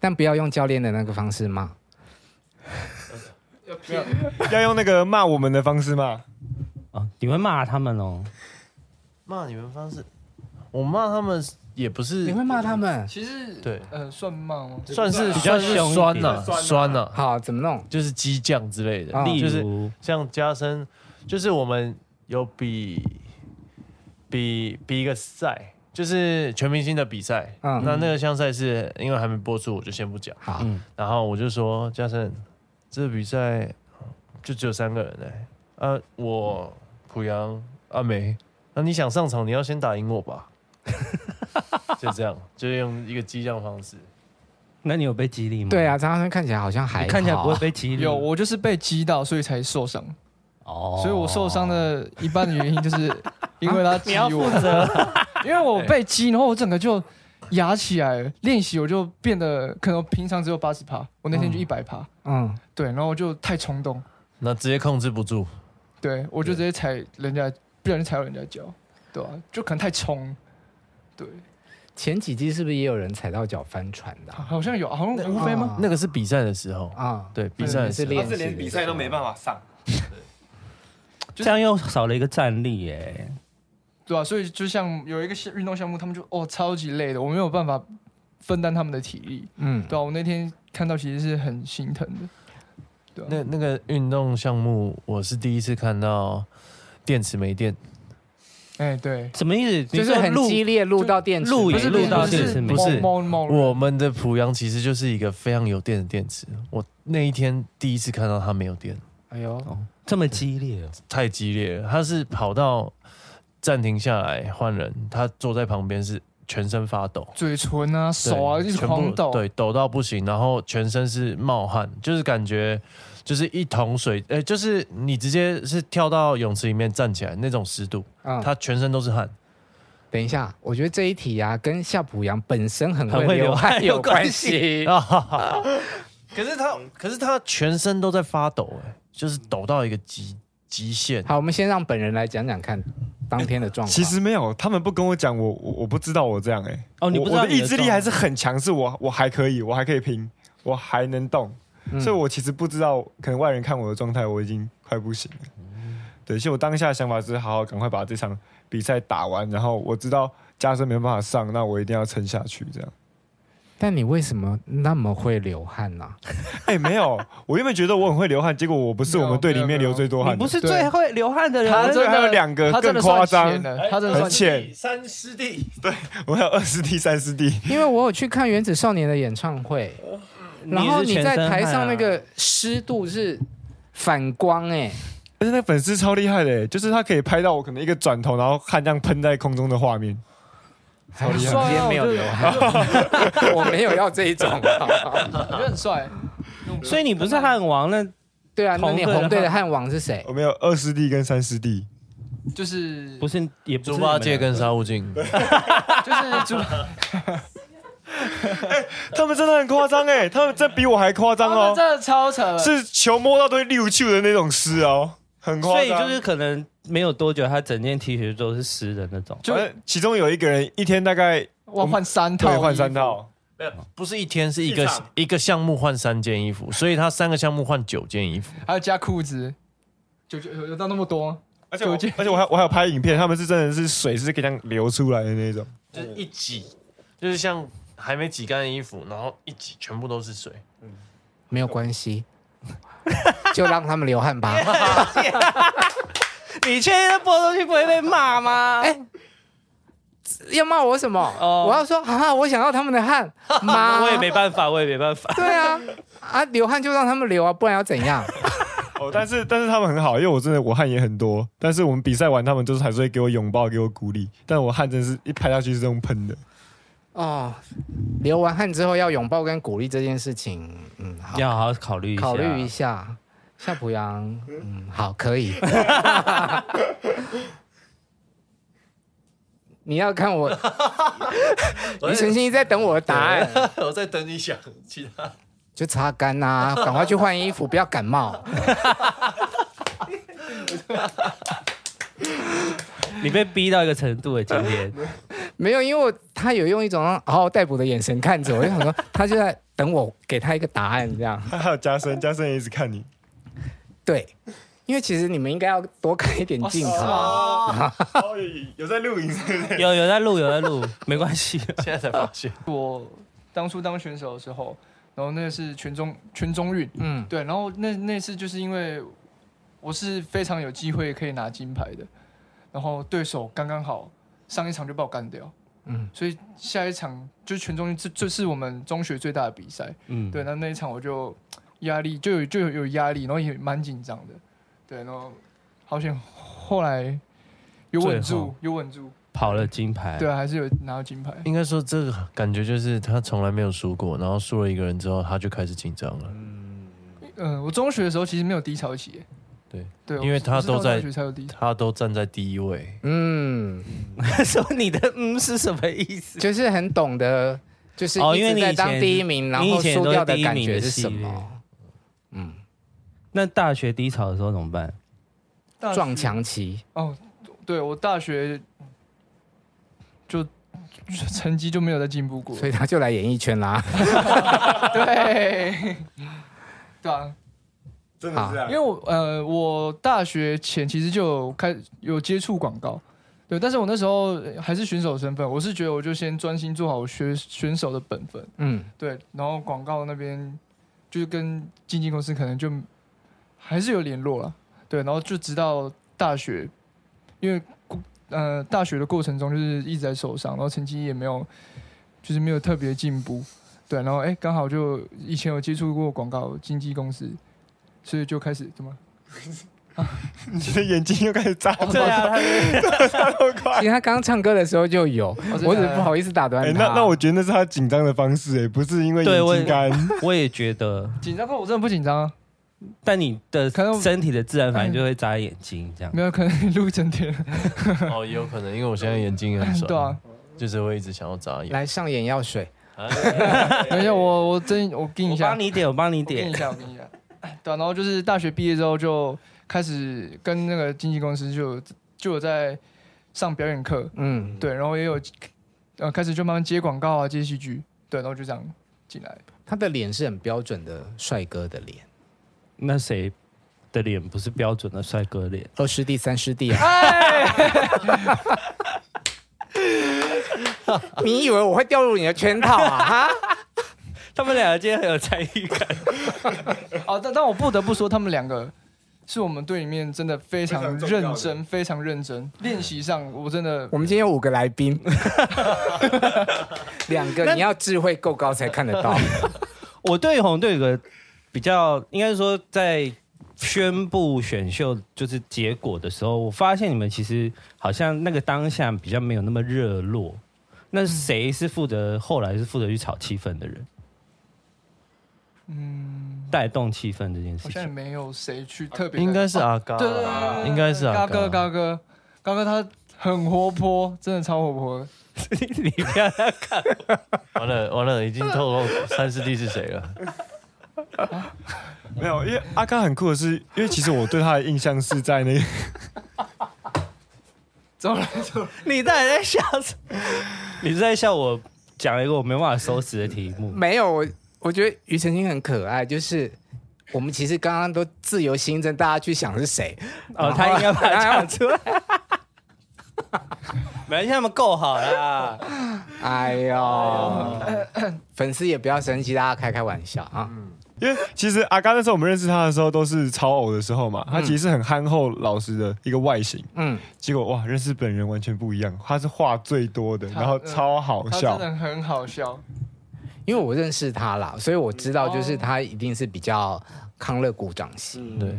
Speaker 2: 但不要用教练的那个方式骂，
Speaker 1: [LAUGHS] 要用那个骂我们的方式骂，
Speaker 3: 啊，你会骂他们哦？
Speaker 6: 骂你们方式，我骂他们也不
Speaker 2: 你
Speaker 6: 是
Speaker 2: 会，骂他们？
Speaker 7: 其实
Speaker 6: 对
Speaker 7: 呃，算骂吗？
Speaker 6: 算是
Speaker 3: 比较
Speaker 6: 算是
Speaker 3: 凶一
Speaker 6: 酸
Speaker 3: 点
Speaker 6: 呐、酸呐、
Speaker 2: 好，怎么弄？
Speaker 6: 就是激将之类的，
Speaker 2: 啊
Speaker 3: 例
Speaker 6: 就是
Speaker 3: 如，
Speaker 6: 像加深，就是我们有比比比一个赛，就是全明星的比赛。
Speaker 2: 嗯
Speaker 6: 那那个香赛是因为还没播出，我就先不讲。
Speaker 2: 好，
Speaker 3: 嗯
Speaker 6: 然后我就说：“嘉诚，这比赛就只有三个人哎、啊，我濮阳、阿梅，那、你想上场，你要先打赢我 [LAUGHS] 吧。”就这样，就用一个激将方式。
Speaker 3: 那你有被激励吗？
Speaker 2: 对啊，张嘉轩看起来好啊像还
Speaker 3: 你看起来
Speaker 2: 好
Speaker 3: 不会被激励。
Speaker 7: 有，我就是被击到，所以才受伤。
Speaker 3: 哦
Speaker 7: 所以我受伤。的一半的原因就是 [LAUGHS] 因
Speaker 6: [LAUGHS]
Speaker 7: 为他击我， [LAUGHS] 因为我被击，然后我整个就压起来了。练习我就变得可能我平常只有八十趴，我那天就一百趴，
Speaker 2: 嗯，
Speaker 7: 对，然后我就太冲动，
Speaker 6: 那直接控制不住，
Speaker 7: 对我就直接踩人家，不小心踩到人家脚，对啊？就可能太冲，对，
Speaker 2: 前几季是不是也有人踩到脚翻船的啊？
Speaker 7: 好像有，好像吴非吗？
Speaker 2: 啊
Speaker 6: 那个是比赛的时候，
Speaker 2: 啊，
Speaker 6: 对，比赛的时
Speaker 2: 是
Speaker 6: 候。
Speaker 2: 练
Speaker 1: 是
Speaker 2: 习的时候，
Speaker 1: 连比赛都没办法上。
Speaker 3: 这样又少了一个战力耶。
Speaker 7: 对啊，所以就像有一个运动项目，他们就哦超级累的，我没有办法分担他们的体力，
Speaker 2: 嗯，
Speaker 7: 对啊，我那天看到其实是很心疼的，对啊，
Speaker 6: 那那个运动项目，我是第一次看到电池没电，
Speaker 7: 哎、对。
Speaker 3: 什么意思？
Speaker 2: 就是很激烈，录到电池，
Speaker 3: 录也
Speaker 7: 不是
Speaker 3: 录到
Speaker 7: 不是
Speaker 3: 电池没
Speaker 6: 不是
Speaker 7: 某某某
Speaker 6: 我们的濮阳其实就是一个非常有电的电池。我那一天第一次看到它没有电，
Speaker 2: 哎呦，
Speaker 3: 哦，这么激烈哦。
Speaker 6: 太激烈了。他是跑到暂停下来换人，他坐在旁边是全身发抖，
Speaker 7: 嘴唇啊、
Speaker 6: 对
Speaker 7: 手啊，一直
Speaker 6: 全部
Speaker 7: 狂抖。
Speaker 6: 对，抖到不行，然后全身是冒汗，就是感觉就是一桶水，呃，就是你直接是跳到泳池里面站起来那种湿度，
Speaker 7: 啊
Speaker 2: 嗯，
Speaker 6: 他全身都是汗。
Speaker 2: 等一下，我觉得这一题啊，跟夏普阳本身很
Speaker 3: 很会
Speaker 2: 流
Speaker 3: 流汗
Speaker 2: 汗
Speaker 3: 有
Speaker 2: [LAUGHS] 有
Speaker 3: 关
Speaker 2: 关系。
Speaker 6: 啊哈哈哈 [LAUGHS] 可是他，可是他全身都在发抖、哎，就是抖到一个极极限。
Speaker 2: 好，我们先让本人来讲讲看当天的状况。
Speaker 1: 其实没有，他们不跟我讲，我我我不知道我这样哎、
Speaker 3: 哦你不知道
Speaker 1: 我我的
Speaker 3: 你的
Speaker 1: 意志力
Speaker 3: 状态
Speaker 1: 还是很强，是我我还可以，我还可以拼，我还能动，
Speaker 2: 嗯
Speaker 1: 所以我其实不知道，可能外人看我的状态，我已经快不行了。对，其实我当下的想法是好好赶快把这场比赛打完，然后我知道加深没办法上，那我一定要撑下去这样。
Speaker 2: 但你为什么那么会流汗呢、
Speaker 1: 哎、没有， [LAUGHS] 我原本觉得我很会流汗，结果我不是我们队里
Speaker 7: 没有
Speaker 1: 面
Speaker 7: 没有
Speaker 1: 流最多
Speaker 3: 你
Speaker 1: 汗的，
Speaker 3: 不是最会流汗的人。
Speaker 7: 他
Speaker 1: 这
Speaker 7: 真的
Speaker 1: 还有两个
Speaker 7: 他真的
Speaker 1: 更夸张
Speaker 7: 算浅的他真的
Speaker 1: 很
Speaker 7: 算浅
Speaker 1: 浅，
Speaker 6: 哎三师弟，
Speaker 1: 我还有二师弟、三师弟，
Speaker 2: 因为我有去看原子少年的演唱
Speaker 3: [LAUGHS]
Speaker 2: 会，然后
Speaker 3: 是
Speaker 2: 你
Speaker 3: 全
Speaker 2: 在
Speaker 3: 身
Speaker 2: 台
Speaker 3: 汗啊
Speaker 2: 上那个湿度是反光哎、
Speaker 1: 而且那粉丝超厉害的欸，就是他可以拍到我可能一个转头，然后汗这样喷在空中的画面。
Speaker 2: 还好
Speaker 1: 厉害
Speaker 2: 今天没有流汗， [LAUGHS] 我没有要这一
Speaker 3: [LAUGHS]
Speaker 2: 种。好不好
Speaker 7: 我觉得很帅。
Speaker 3: 所以你不是汗王，那
Speaker 2: 对啊，那你
Speaker 3: 红队的
Speaker 2: 红队的
Speaker 3: 汗
Speaker 2: 汉王是谁？
Speaker 1: 我们有二师弟跟三师弟，
Speaker 7: 就是
Speaker 3: 不是也不是
Speaker 6: 猪
Speaker 3: 你们
Speaker 6: 八戒跟沙悟净，
Speaker 7: 就是猪，
Speaker 1: 他们真的很夸张哎，他们这比我还夸张
Speaker 7: 他们
Speaker 1: 哦，
Speaker 7: 真的超扯。
Speaker 1: 是球摸到都会溜球的那种湿哦，
Speaker 3: [LAUGHS]
Speaker 1: 很夸张。
Speaker 3: 所以就是可能没有多久，他整件 T 恤都是湿的那种。
Speaker 1: 就其中有一个人一天大概
Speaker 7: 我换三套，
Speaker 1: 哎对换三。套，
Speaker 6: 不是一天，是一个一个项目换三件衣服，所以他三个项目换九件衣服。
Speaker 7: 还有加裤子，就就有有到那么多，
Speaker 1: 而且我
Speaker 7: 九剑
Speaker 1: 而且我还我还有拍影片，他们是真的是水是给这样流出来的那种。
Speaker 6: 就是一挤，就是像还没挤干的衣服，然后一挤全部都是水。
Speaker 2: 没有关
Speaker 3: [LAUGHS]
Speaker 2: 系，就让他们流汗吧。
Speaker 3: 你确定播出去不会被骂吗？
Speaker 2: [LAUGHS]
Speaker 3: 哦
Speaker 2: 哎要骂我什么？我要说啊，我想要他们的
Speaker 3: [LAUGHS]
Speaker 2: 汗，妈，
Speaker 3: 我也没办法，我也没办法。
Speaker 2: [LAUGHS] 对啊，啊，流汗就让他们流啊，不然要怎样？ [LAUGHS]
Speaker 1: 哦，但是但是他们很好，因为我真的我汗也很多，但是我们比赛完，他们就是还是会给我拥抱，给我鼓励，但我汗真的是一拍下去是这种喷的。
Speaker 2: 哦，流完汗之后要拥抱跟鼓励这件事情，嗯，好，
Speaker 3: [LAUGHS] 要好好考虑一下，
Speaker 2: 考虑一 [LAUGHS] 下。夏普阳，嗯，好，可 [LAUGHS] 以。你要看 [LAUGHS] 我，
Speaker 6: 我
Speaker 2: 你存心一直在等我的答案，
Speaker 6: 在我在等你想其他。
Speaker 2: 就擦干呐、赶快去换衣服，不要感冒。
Speaker 3: 你被逼到一个程度了，今 [LAUGHS] 天
Speaker 2: 没有，因为我他有用一种嗷嗷待哺的眼神看着我，我就想说他就在等我给他一个答案这样。
Speaker 1: 还有加深，加深也一直看你。
Speaker 2: 对，因为其实你们应该要多看一点镜头。
Speaker 1: [LAUGHS] 哦，有在录影是不是？
Speaker 3: 有有在录，有在录， [LAUGHS] 没关系。
Speaker 6: 现在才发 [LAUGHS] 现，
Speaker 7: 我当初当选手的时候，然后那个是全中全中运，
Speaker 2: 嗯，
Speaker 7: 对，然后那那次就是因为我是非常有机会可以拿金牌的，然后对手刚刚好上一场就把我干掉，
Speaker 2: 嗯
Speaker 7: 嗯，所以下一场就是全中运，这这是我们中学最大的比赛，
Speaker 3: 嗯，
Speaker 7: 对，，那那一场我就压力就有就有有压力，然后也蛮紧张的，对，然后好险后来有
Speaker 3: 最
Speaker 7: 稳住
Speaker 3: 后，
Speaker 7: 有稳住，
Speaker 3: 跑了金牌，
Speaker 7: 对，啊，还是有拿到金牌，
Speaker 6: 应该说这个感觉就是他从来没有输过，然后输了一个人之后，他就开始紧张了，
Speaker 7: 嗯，我中学的时候其实没有低潮期耶，
Speaker 6: 对
Speaker 7: 对，
Speaker 6: 因为
Speaker 7: 我是
Speaker 6: 他
Speaker 7: 我是
Speaker 6: 都
Speaker 7: 到
Speaker 6: 在
Speaker 7: 大学才有低潮。
Speaker 6: 他都站在第一 [LAUGHS] 位。
Speaker 2: 嗯，
Speaker 3: [LAUGHS] 说你的嗯是什么意思？
Speaker 2: 就是很懂得，就是
Speaker 3: 哦
Speaker 2: 一
Speaker 3: 因为
Speaker 2: 直
Speaker 3: 你
Speaker 2: 在
Speaker 3: 以
Speaker 2: 当
Speaker 3: 前
Speaker 2: 第一名，然
Speaker 3: 你以
Speaker 2: 后
Speaker 3: 前
Speaker 2: 输
Speaker 3: 都
Speaker 2: 掉
Speaker 3: 是
Speaker 2: 的
Speaker 3: 第一
Speaker 2: 感
Speaker 3: 名
Speaker 2: 觉
Speaker 3: 的
Speaker 2: 是
Speaker 3: 系
Speaker 2: 什
Speaker 3: 列
Speaker 2: 么？嗯，
Speaker 3: 那大学低潮的时候怎么办？嗯
Speaker 7: 大学
Speaker 2: 撞墙期，
Speaker 7: 对我大学就成绩就没有再进步
Speaker 3: 嗯
Speaker 7: 过。
Speaker 2: 所以他就来演艺圈
Speaker 3: [LAUGHS]
Speaker 2: 啦。
Speaker 7: 对， [LAUGHS] 对啊，
Speaker 1: 真的是这样
Speaker 7: 因为。我呃，我大学前其实就有开有接触广告，对，但是我那时候还是选手身份，我是觉得我就先专心做好我学选手的本分，
Speaker 2: 嗯，
Speaker 7: 对，然后广告那边就是跟经纪公司可能就还是有联络了，对，然后就直到大学，因为呃大学的过程中就是一直在受伤，然后成绩也没有就是没有特别进步，对，然后哎刚好就以前有接触过广告经纪公司，所以就开始怎么
Speaker 1: 你的眼睛又开始眨，
Speaker 3: 对啊，他
Speaker 1: 这么快
Speaker 2: 其。实他刚刚唱歌的时候就
Speaker 3: 哦
Speaker 2: 有，
Speaker 7: 真的
Speaker 2: 我只是
Speaker 7: 啊
Speaker 2: 不好意思打断
Speaker 1: 哎、
Speaker 2: 他。
Speaker 1: 那那我觉得那是他紧张的方式、哎，不是因为
Speaker 3: 对
Speaker 1: 眼
Speaker 3: 我
Speaker 1: 睛干。
Speaker 3: [LAUGHS] 我也觉得，
Speaker 7: 紧张？可我真的不紧张啊，
Speaker 3: 但你的
Speaker 7: 可能
Speaker 3: 身体的自然反应就会眨眼睛这样。
Speaker 7: 没有可能录一整天，
Speaker 6: 哦，也有可能，因为我现在眼睛很酸，
Speaker 7: [LAUGHS]
Speaker 6: [LAUGHS]
Speaker 7: 对啊，
Speaker 6: 就是会一直想要眨眼。
Speaker 2: 来上眼药水，
Speaker 7: 等一下我我真我跟一
Speaker 3: 我
Speaker 7: 下
Speaker 3: 帮。你点，我帮你
Speaker 7: 我跟
Speaker 3: 点
Speaker 7: 一。下，我跟一下。对啊、然后就是大学毕业之后就开始跟那个经纪公司就有就有在上表演课，
Speaker 2: 嗯，
Speaker 7: 对，然后也有呃开始就慢慢接广告啊，接戏剧，对，然后就这样进来。
Speaker 2: 他的脸是很标准的帅哥的脸，
Speaker 3: 那谁的脸不是标准的帅哥脸？
Speaker 2: 二师弟、三师弟啊。
Speaker 3: 哎
Speaker 2: [LAUGHS] 你以为我会掉入你的圈套啊？哈，
Speaker 3: 他们两个今天很有参与感。
Speaker 1: 嗯
Speaker 7: 哦，但但我不得不说，他们两个是我们队里面真的非常
Speaker 1: 非常重要
Speaker 7: 认
Speaker 1: 的
Speaker 7: 真，非常认真。练习上我真的
Speaker 2: 我们今天有五个来
Speaker 3: [LAUGHS]
Speaker 2: 宾，两个你要智慧够高才看得到。
Speaker 3: 我对红队有个比较，应该说在宣布选秀就是结果的时候，我发现你们其实好像那个当下比较没有那么热络。那谁是负责后来是负责去炒气氛的人？嗯，带动气氛这件事
Speaker 7: 好像也
Speaker 3: 情。
Speaker 7: 没有谁去特别在，
Speaker 6: 应该是阿嘎
Speaker 7: 对对对对
Speaker 1: 啊
Speaker 6: 啦，
Speaker 7: 对
Speaker 6: 应该是啊阿
Speaker 7: 嘎哥嘎哥嘎哥他很活泼，真的超活泼的。
Speaker 3: 你不要再看，
Speaker 6: 完了完了，已经透露三师弟是谁 [LAUGHS] 了。
Speaker 1: [LAUGHS] 没有，因为阿刚很酷的是，因为其实我对他的印象是在那个，
Speaker 7: 怎么了？
Speaker 3: 你到底在笑什么？ [LAUGHS] 你是在笑我
Speaker 2: [LAUGHS]
Speaker 3: 讲了一个我没办法收拾的题目？
Speaker 2: 没有，我我觉得庾澄庆很可爱，就是我们其实刚刚都自由新增，大家去想是谁。
Speaker 3: 哦，他应该把
Speaker 2: 啊
Speaker 3: [LAUGHS] 它讲出来。没关系，他们够好啦。
Speaker 2: [LAUGHS] 哎呦，粉丝也不要生气，大家开开玩笑啊。
Speaker 3: 嗯
Speaker 1: 因为其实阿刚那时候我们认识他的时候都是超偶的时候嘛，他其实是很憨厚老实的一个外形，
Speaker 2: 嗯，
Speaker 1: 结果哇，认识本人完全不一样，他是话最多的，
Speaker 7: 他
Speaker 1: 然后超好
Speaker 7: 他
Speaker 1: 笑
Speaker 7: 真，的很好笑。
Speaker 2: 因为我认识他啦，所以我知道就是他一定是比较康乐鼓掌
Speaker 3: 嗯
Speaker 2: 型。
Speaker 6: 对，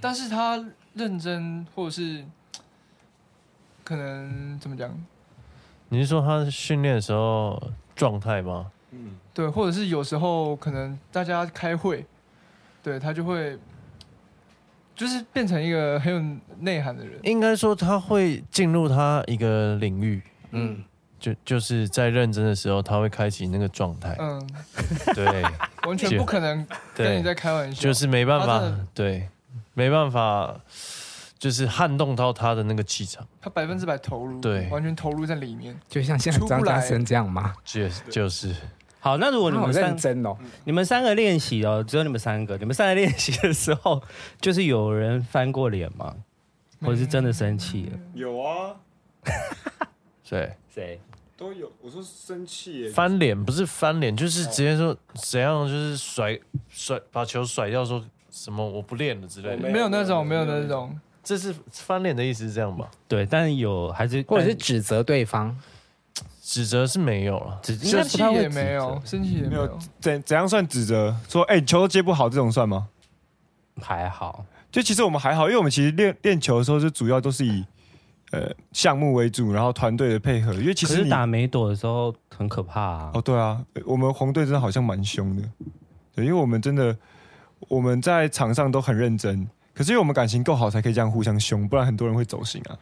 Speaker 7: 但是他认真，或者是可能怎么讲？
Speaker 6: 你是说他训练的时候状态吗？
Speaker 7: 对，或者是有时候可能大家开会，对他就会就是变成一个很有内涵的人。
Speaker 6: 应该说他会进入他一个领域，
Speaker 2: 嗯，
Speaker 6: 就就是在认真的时候，他会开启那个状
Speaker 7: [LAUGHS]
Speaker 6: 态。
Speaker 7: 嗯，
Speaker 6: 对
Speaker 7: 完全不可能跟你
Speaker 6: [LAUGHS] 对，
Speaker 7: 在开玩笑，
Speaker 6: 就是没办
Speaker 7: 他真
Speaker 6: 法
Speaker 7: 的，
Speaker 6: 对，没办法，就是撼动到他的那个气场。
Speaker 7: 他百分之百投入，
Speaker 6: 对
Speaker 7: 完全投入在里面。
Speaker 2: 就像现在张家生这样吗？
Speaker 6: 就就是
Speaker 3: 好，那如果
Speaker 2: 我
Speaker 3: 你
Speaker 2: 好
Speaker 3: 们
Speaker 2: 认
Speaker 3: 三
Speaker 2: 真哦。
Speaker 3: 你们三个练习哦，只有你们三个，你们三个练习的时候，就是有人翻过脸吗？或者是真的生气了？
Speaker 1: 有啊，
Speaker 6: 对
Speaker 3: 谁？
Speaker 1: 都有，我说生气耶，
Speaker 6: 翻脸，不是翻脸，就是直接说怎样，就是甩甩把球甩掉，说什么我不练了之类的。
Speaker 7: 没有那种，没有那种，
Speaker 6: 这是翻脸的意思是这样吧？
Speaker 3: 对，但有还是
Speaker 2: 或者是指责对方，
Speaker 6: 指责是没有了，
Speaker 3: 只应该
Speaker 7: 生
Speaker 3: 不
Speaker 7: 气
Speaker 3: 太会
Speaker 7: 也没有，生气也没
Speaker 1: 没有
Speaker 7: 有。
Speaker 1: 怎怎样算指责？说哎、球都接不好这种算吗？
Speaker 3: 指责还好。
Speaker 1: 就其实我们还好，因为我们其实练练球的时候，就主要都是以呃项目为主，然后团队的配合。因为其
Speaker 3: 可
Speaker 1: 实
Speaker 3: 是
Speaker 1: 你
Speaker 3: 打梅朵的时候很可怕啊
Speaker 1: 哦，。对啊，呃我们红队真的好像蛮凶的，对，因为我们真的我们在场上都很认真，可是因为我们感情够好，才可以这样互相凶，不然很多人会走心啊。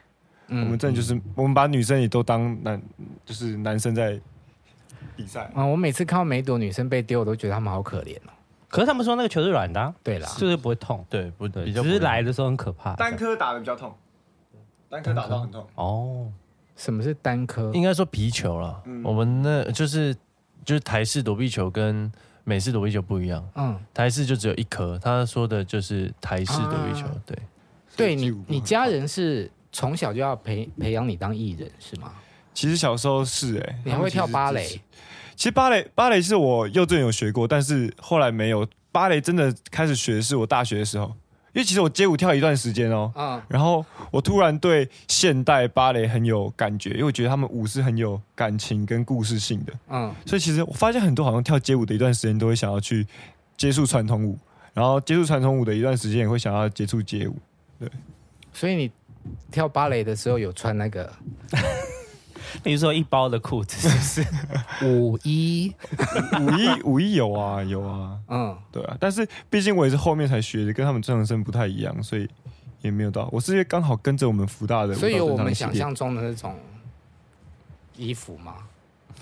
Speaker 1: 我们
Speaker 2: 嗯，
Speaker 1: 真的就是我们把女生也都当男，就是男生在比赛。
Speaker 2: 啊，我每次看到每朵女生被丢，我都觉得她们好可怜哦。
Speaker 3: 可是他们说那个球是软的啊，
Speaker 2: 对啦，
Speaker 3: 就是不会痛。
Speaker 6: 对，不
Speaker 3: 对，
Speaker 6: 比较
Speaker 3: 只是
Speaker 6: 不会
Speaker 3: 来的时候很可怕。
Speaker 1: 颗打的比较痛，单颗打到很痛。
Speaker 3: 哦，
Speaker 2: 什么是单科？
Speaker 6: 应该说皮球啦，
Speaker 2: 嗯
Speaker 6: 我们那就是就是台式躲避球跟美式躲避球不一样，
Speaker 2: 嗯，
Speaker 6: 台式就只有一颗。他说的就是台式躲避球，
Speaker 2: 啊
Speaker 6: 对，
Speaker 2: 对你，你家人是从小就要培培养你当艺人是吗？
Speaker 1: 其实小时候是哎、
Speaker 2: 你还会跳芭蕾？
Speaker 1: 其实芭蕾芭蕾是我幼稚园有学过，但是后来没有。芭蕾真的开始学是我大学的时候，因为其实我街舞跳一段时间哦，
Speaker 2: 嗯，
Speaker 1: 然后我突然对现代芭蕾很有感觉，因为我觉得他们舞是很有感情跟故事性的，
Speaker 2: 嗯，
Speaker 1: 所以其实我发现很多好像跳街舞的一段时间都会想要去接触传统舞，然后接触传统舞的一段时间也会想要接触街舞。
Speaker 2: 所以你跳芭蕾的时候有穿那个
Speaker 3: 比如说一包的
Speaker 1: [LAUGHS]
Speaker 3: 裤子是不是？
Speaker 2: 舞衣，
Speaker 1: 舞一舞一有啊有啊，
Speaker 2: 嗯，
Speaker 1: 对啊，但是毕竟我也是后面才学的，跟他们正常生不太一样，所以也没有到。我是因为刚好跟着我们福大的舞蹈
Speaker 2: 所以有我
Speaker 1: 正常
Speaker 2: 们
Speaker 1: 一起
Speaker 2: 想
Speaker 1: 练
Speaker 2: 象中的那种衣服吗？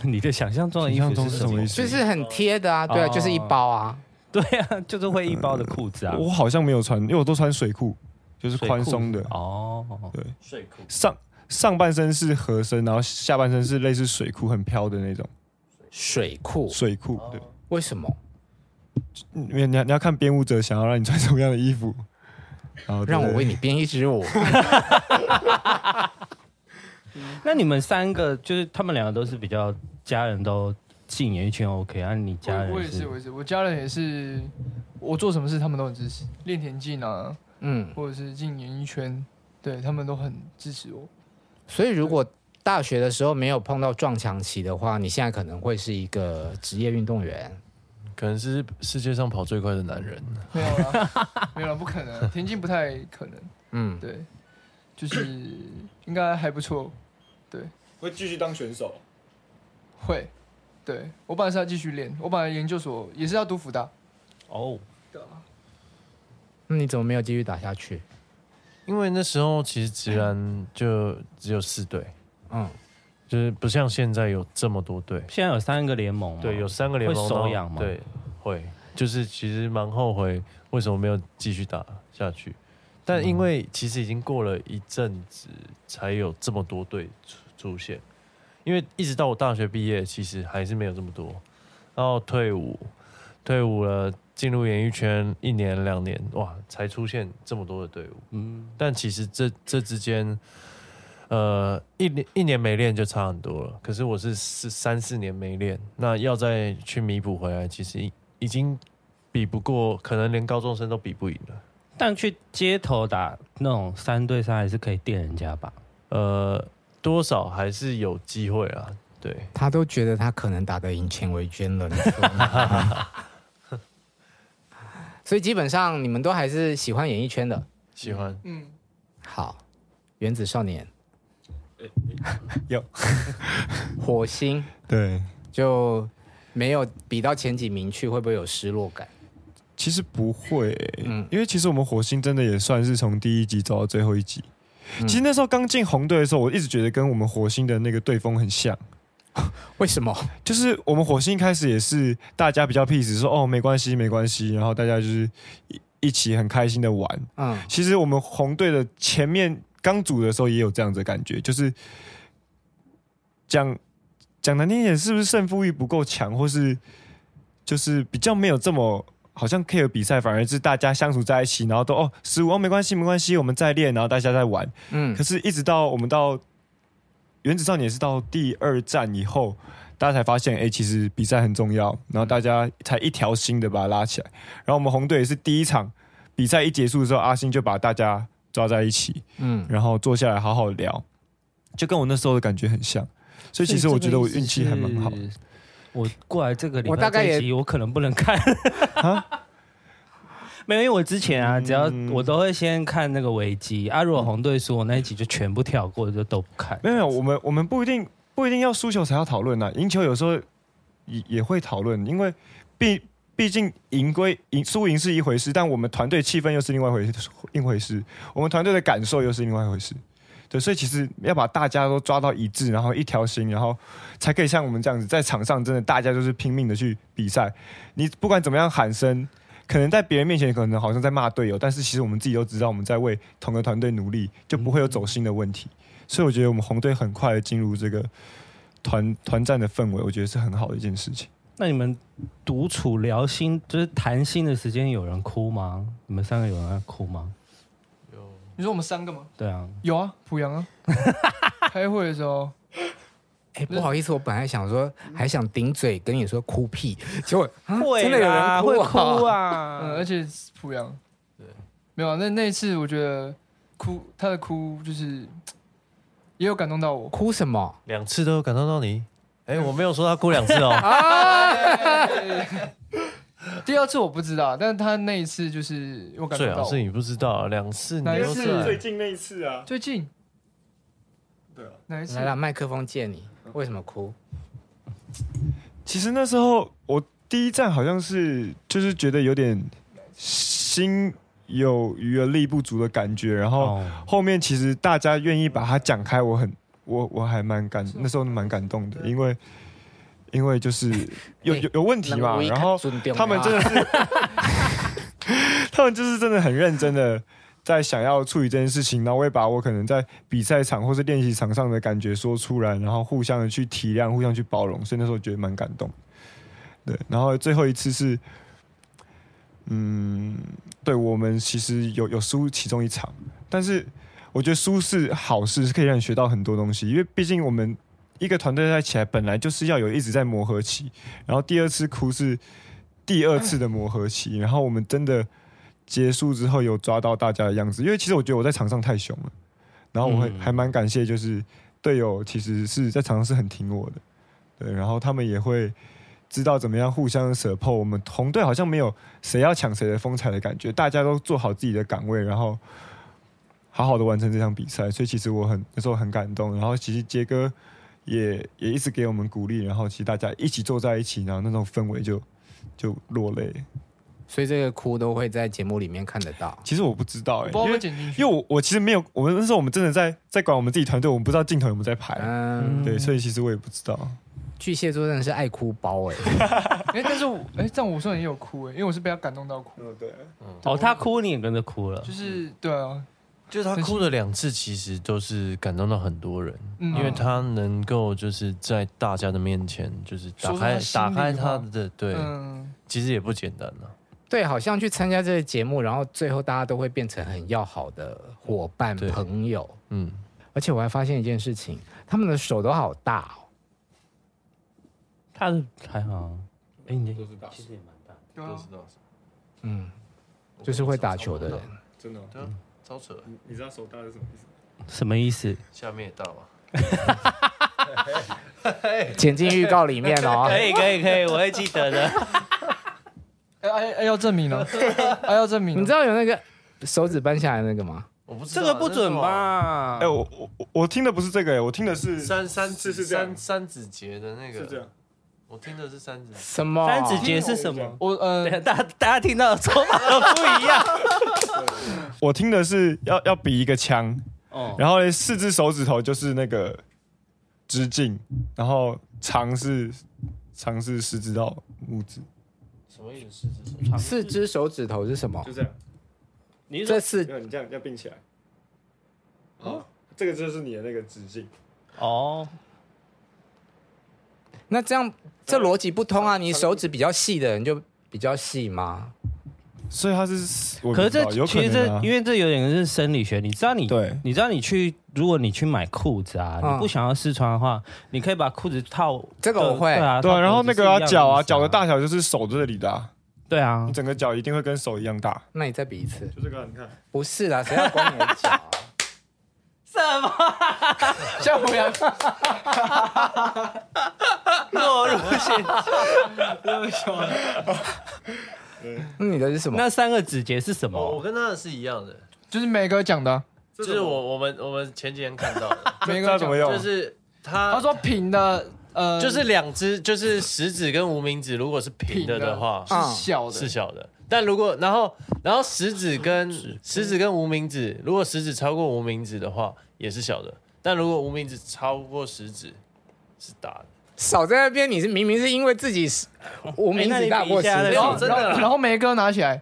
Speaker 3: 你的想象中的衣
Speaker 1: 想象中
Speaker 3: 服是
Speaker 1: 是
Speaker 3: 什
Speaker 1: 什么
Speaker 3: 么
Speaker 1: 意？思
Speaker 2: 就是很贴的啊，对啊，
Speaker 3: 哦
Speaker 2: 就是一包啊，
Speaker 3: 对啊，就是会一包的裤子啊，
Speaker 1: 我好像没有穿，因为我都穿水裤，就是
Speaker 3: 水裤
Speaker 1: 哦宽松的，
Speaker 3: 哦。
Speaker 6: 睡裤
Speaker 1: 上上半身是合身，然后下半身是类似水裤，很飘的那种
Speaker 2: 水裤，
Speaker 1: 水裤。对，
Speaker 2: 为什么
Speaker 1: 因为你要你要看编舞者想要让你穿什么样的衣服，然后
Speaker 2: 让我为
Speaker 1: 你。
Speaker 2: 你编一支舞？
Speaker 3: 那你们三个就是他们两个都是比较家人都进演艺圈 OK 啊？你家
Speaker 7: 我我也
Speaker 3: 人
Speaker 7: 是，我也是，我家人也是，我做什么事他们都很支持，练田径啊，
Speaker 2: 嗯，
Speaker 7: 或者是进演艺圈，对他们都很支持我。
Speaker 2: 所以如果大学的时候没有碰到撞墙期的话，你现在可能会是一个职业运动员。
Speaker 6: 可能是世界上跑最快的男人。
Speaker 7: 没有 [LAUGHS] 啦，没有啦，不可能，啊田径不太可能。
Speaker 2: 嗯，
Speaker 7: 对，就是应该还不错，
Speaker 1: 会继续当选手，
Speaker 7: 会。对我本来是要继续练，我本来研究所也是要读福大，
Speaker 3: 哦，
Speaker 2: 那你怎么没有继续打下去？
Speaker 6: 因为那时候其实直男就只有四队，
Speaker 2: 嗯，
Speaker 6: 就是不像现在有这么多队。
Speaker 3: 现在有三个联盟吗，
Speaker 6: 对，有三个联
Speaker 3: 会
Speaker 6: 盟
Speaker 3: 手
Speaker 6: 然后
Speaker 3: 痒吗
Speaker 6: 对，会，就是其实蛮后悔为什么没有继续打下去，但
Speaker 3: 嗯
Speaker 6: 因为其实已经过了一阵子才有这么多队出出现，因为一直到我大学毕业，其实还是没有这么多，然后退伍，退伍了。进入演艺圈一年两年，哇，才出现这么多的队伍。
Speaker 3: 嗯，
Speaker 6: 但其实这这之间，呃，一年一年没练就差很多了。可是我是四三四年没练，那要再去弥补回来，其实已已经比不过，可能连高中生都比不赢了。
Speaker 3: 但去街头打那种三对三还是可以电人家吧？
Speaker 6: 呃，多少还是有机会啊。对，
Speaker 2: 他都觉得他可能打得赢钱维娟了，你说吗 [LAUGHS] 所以基本上你们都还是喜欢演艺圈的。
Speaker 6: 喜欢。
Speaker 7: 嗯，
Speaker 2: 好，原子少 [LAUGHS] 年，
Speaker 1: 有
Speaker 2: [LAUGHS] 火星
Speaker 1: 对，
Speaker 2: 就没有比到前几名去，会不会有失落感？
Speaker 1: 其实不会、欸
Speaker 2: 嗯
Speaker 1: 因为其实我们火星真的也算是从第一集走到最后一集。
Speaker 2: 嗯
Speaker 1: 其实那时候刚进红队的时候，我一直觉得跟我们火星的那个队风很像，
Speaker 2: 为什么？
Speaker 1: 就是我们火星一开始也是大家比较 peace，说哦没关系没关系，然后大家就是一一起很开心的玩。
Speaker 2: 嗯，
Speaker 1: 其实我们红队的前面刚组的时候也有这样子的感觉，就是讲讲难听一点，是不是胜负欲不够强，或是就是比较没有这么好像 care 比赛，反而是大家相处在一起，然后都哦失误哦没关系没关系，我们再练，然后大家再玩。
Speaker 2: 嗯
Speaker 1: 可，是，一直到我们到原子少年是到第二站以后，大家才发现，哎、其实比赛很重要，然后大家才一条心的把它拉起来。然后我们红队也是第一场比赛一结束的时候，阿星就把大家抓在一起，
Speaker 2: 嗯，
Speaker 1: 然后坐下来好好聊，就跟我那时候的感觉很像。所以其实我觉得我运气还蛮好的。。
Speaker 3: 我过来这个礼拜，
Speaker 2: 我大概也
Speaker 3: 这一集我可能不能看。 [LAUGHS]
Speaker 1: 啊
Speaker 3: 没有，因为我之前啊，只要我都会先看那个危机啊，如果红队输，我那一集就全部跳过，就都不看。
Speaker 1: 没有没有，我们我们不一定不一定要输球才要讨论呐，啊赢球有时候也也会讨论，因为毕毕竟赢归赢，输赢是一回事，但我们团队气氛又是另外一回事，一回事，我们团队的感受又是另外一回事。对，所以其实要把大家都抓到一致，然后一条心，然后才可以像我们这样子，在场上真的大家就是拼命的去比赛。你不管怎么样喊声，可能在别人面前可能好像在骂队友，但是其实我们自己都知道我们在为同个团队努力，就不会有走心的问题。所以我觉得我们红队很快的进入这个团团战的氛围，我觉得是很好的一件事情。
Speaker 3: 那你们独处聊心，就是谈心的时间，有人哭吗？你们三个有人在哭吗？
Speaker 7: 你说我们三个吗？
Speaker 3: 对啊，
Speaker 7: 有啊，濮阳 [LAUGHS] 啊，开会的时候，
Speaker 2: 哎，不好意思，我本来想说还想顶嘴跟你说哭屁，结果啊
Speaker 3: 会
Speaker 2: 真的有
Speaker 3: 啦
Speaker 2: 人哭
Speaker 3: 会
Speaker 2: 啊
Speaker 3: 哭
Speaker 7: 嗯，
Speaker 3: 啊
Speaker 7: 而。且是濮阳，没有啊，那那一次我觉得哭，他的哭就是也有感动到我，
Speaker 2: 哭什么？
Speaker 6: 两次都有感动到你。哎、我没有说他哭两次
Speaker 7: 啊
Speaker 6: 哦。
Speaker 7: 第二次我不知道，但他那一次就是有感
Speaker 6: 最
Speaker 7: 动
Speaker 6: 好
Speaker 7: 到我
Speaker 6: 啊是。你不知道，两次你
Speaker 7: 哪一
Speaker 6: 都
Speaker 7: 次
Speaker 6: 是
Speaker 1: 近那一次啊，
Speaker 7: 最近，
Speaker 1: 对啊，
Speaker 7: 哪一次
Speaker 2: 来？了，麦克风借你，为什么哭？
Speaker 1: 其实那时候我第一站好像是就是觉得有点心有余而力不足的感觉，然后
Speaker 3: 哦，
Speaker 1: 后面其实大家愿意把它讲开，我很我我还蛮感那时候蛮感动的，因为因为就是有有有问题嘛，然后他
Speaker 3: 啊
Speaker 1: 们真的是， [LAUGHS] 他们就是真的很认真的在想要处理这件事情，然后我也把我可能在比赛场或是练习场上的感觉说出来，然后互相的去体谅，互相去包容，所以那时候觉得蛮感动。对，然后最后一次是，嗯，对我们其实有有输其中一场，但是我觉得输是好事，是可以让你学到很多东西，因为毕竟我们一个团队在起来本来就是要有一直在磨合期，然后第二次哭是第二次的磨合期，然后我们真的结束之后有抓到大家的样子，因为其实我觉得我在场上太凶了，然后我还、
Speaker 3: 嗯
Speaker 1: 还蛮感谢就是队友其实是在场上是很挺我的，对，然后他们也会知道怎么样互相 support，我们红队好像没有谁要抢谁的风采的感觉，大家都做好自己的岗位，然后。好好的完成这场比赛，所以其实我很那时候很感动。然后其实杰哥也也一直给我们鼓励，然后其实大家一起坐在一起，然后那种氛围就就落泪。
Speaker 2: [LAUGHS] 所以这个哭都会在节目里面看得到。
Speaker 1: 其实我不知道
Speaker 7: 我
Speaker 1: 哎、
Speaker 7: 不知道
Speaker 1: 因
Speaker 7: 会
Speaker 1: 为
Speaker 7: 剪进去
Speaker 1: 因为。我我其实没有，我们那时候我们真的在在管我们自己团队，我们不知道镜头有没有在拍，
Speaker 2: 嗯，
Speaker 1: 哎对，所以其实我也不知道。
Speaker 2: 巨蟹座真的是爱哭包哎、 [LAUGHS]
Speaker 7: 哎，但是我哎，这样我算也有哭哎，因为我是被他感动到哭，
Speaker 1: 嗯，对，
Speaker 3: 哦，他哭你也跟着哭了
Speaker 7: 就。是对啊，
Speaker 6: 就是他哭的两次，其实都是感动到很多人，
Speaker 7: 嗯
Speaker 6: 因为他能够就是在大家的面前，就是打
Speaker 7: 说出
Speaker 6: 开
Speaker 7: 他心
Speaker 6: 打
Speaker 7: 里
Speaker 6: 开
Speaker 7: 话
Speaker 6: 他的对，
Speaker 7: 嗯，
Speaker 6: 其实也不简单了。啊
Speaker 2: 对，好像去参加这个节目，然后最后大家都会变成很要好的伙伴
Speaker 6: 对
Speaker 2: 朋友。
Speaker 6: 嗯，
Speaker 2: 而且我还发现一件事情，他们的手都好大哦。
Speaker 3: 他的还好，哎，你都是大，其实也蛮大。
Speaker 6: 都
Speaker 7: 啊
Speaker 6: 知道，
Speaker 2: 嗯，就是会打球的人。
Speaker 1: 真的哦、
Speaker 6: 对啊，超扯，
Speaker 1: 你知道手大是什么意思？
Speaker 3: 什么意思？
Speaker 6: 下面也大嘛。
Speaker 2: 剪进预告里面哦。
Speaker 3: [LAUGHS] 可以可以可以，我会记得的。
Speaker 7: 哎哎哎，要证
Speaker 1: [LAUGHS]
Speaker 7: 明了，哎要证明了，
Speaker 2: 你知道有那个手指掰下来那个吗？
Speaker 6: 我不知
Speaker 3: 这
Speaker 6: 道
Speaker 3: 个不准？吧啊
Speaker 1: 哎、？我我我我听的不是这个、哎，我听的是
Speaker 6: 这是什么三三
Speaker 1: 是
Speaker 6: 指
Speaker 1: 是这样
Speaker 6: 三三指节的那个，
Speaker 1: 是这样，
Speaker 6: 我听的是三指节。
Speaker 2: 什么？
Speaker 3: [LAUGHS] 三指节是什么？
Speaker 7: 我呃
Speaker 3: 等一下
Speaker 7: [LAUGHS]
Speaker 3: [LAUGHS] 大家大家听到的说法都不一样。
Speaker 1: 我听的是要要比一个枪，
Speaker 3: 哦，
Speaker 1: 然后嘞四只手指头就是那个直径，然后长是长是食指到拇指，
Speaker 6: 什么意思？是指
Speaker 2: 四只手指头是什么？
Speaker 1: 这样，
Speaker 3: 你是
Speaker 2: 这
Speaker 3: 说
Speaker 2: 四
Speaker 1: 你这样要并起来。哦，这个就是你的那个直径。
Speaker 3: [LAUGHS] 哦，
Speaker 2: 那这样这逻辑不
Speaker 3: 嗯
Speaker 2: 通啊！你手指比较细的人就比较细吗？
Speaker 1: 所以它是，我不
Speaker 3: 可是
Speaker 1: 知道
Speaker 3: 这
Speaker 1: 有可
Speaker 3: 其实
Speaker 1: 能
Speaker 3: 这
Speaker 1: 啊
Speaker 3: 因为这有点是生理学，你知道你
Speaker 1: 对
Speaker 3: 你知道你去如果你去买裤子啊，
Speaker 2: 嗯
Speaker 3: 你不想要试穿的话，你可以把裤子套
Speaker 2: 这个我会
Speaker 3: 对啊，
Speaker 1: 对啊，
Speaker 3: 套
Speaker 1: 然后
Speaker 3: 裤子
Speaker 1: 那
Speaker 3: 是
Speaker 1: 个
Speaker 3: 一
Speaker 1: 啊
Speaker 3: 样意思
Speaker 1: 脚啊，
Speaker 3: 啊
Speaker 1: 脚的大小就是手这里的啊，
Speaker 3: 对啊
Speaker 1: 你，整个脚一定会跟手一样大。
Speaker 2: 那你再比一次。
Speaker 1: 就这个，啊你看，
Speaker 2: 不是啦，谁要光你的
Speaker 1: [LAUGHS]
Speaker 2: 脚、啊？
Speaker 3: 什么
Speaker 7: 像我阳，
Speaker 3: 落入陷阱？
Speaker 2: 那你的是什么？
Speaker 3: 那三个指节是什
Speaker 2: 哦
Speaker 6: 我我
Speaker 3: 么？
Speaker 6: 跟他的是一样的，
Speaker 7: 就是每个讲的啊，
Speaker 6: 就是我我们我们前几天看到 [LAUGHS] 的，
Speaker 7: 每
Speaker 1: 这样
Speaker 7: 个讲
Speaker 1: 怎么用？
Speaker 6: 就是
Speaker 7: 他
Speaker 6: 他嗯
Speaker 7: 说平的，呃，
Speaker 6: 就是两只，就是食指跟无名指，如果是平的的话
Speaker 2: 啊
Speaker 7: 是小的，
Speaker 6: 是小的，但如果然后然后食指跟食指跟无名指，如果食指超过无名指的话也是小的，但如果无名指超过食指是大的。
Speaker 2: 少在那边，你是明明是因为自己是无名指大过十
Speaker 3: 哎那你
Speaker 2: 指
Speaker 3: 比一下那个
Speaker 7: 然后
Speaker 3: 哦真
Speaker 6: 的
Speaker 7: 然后然后梅哥拿起来，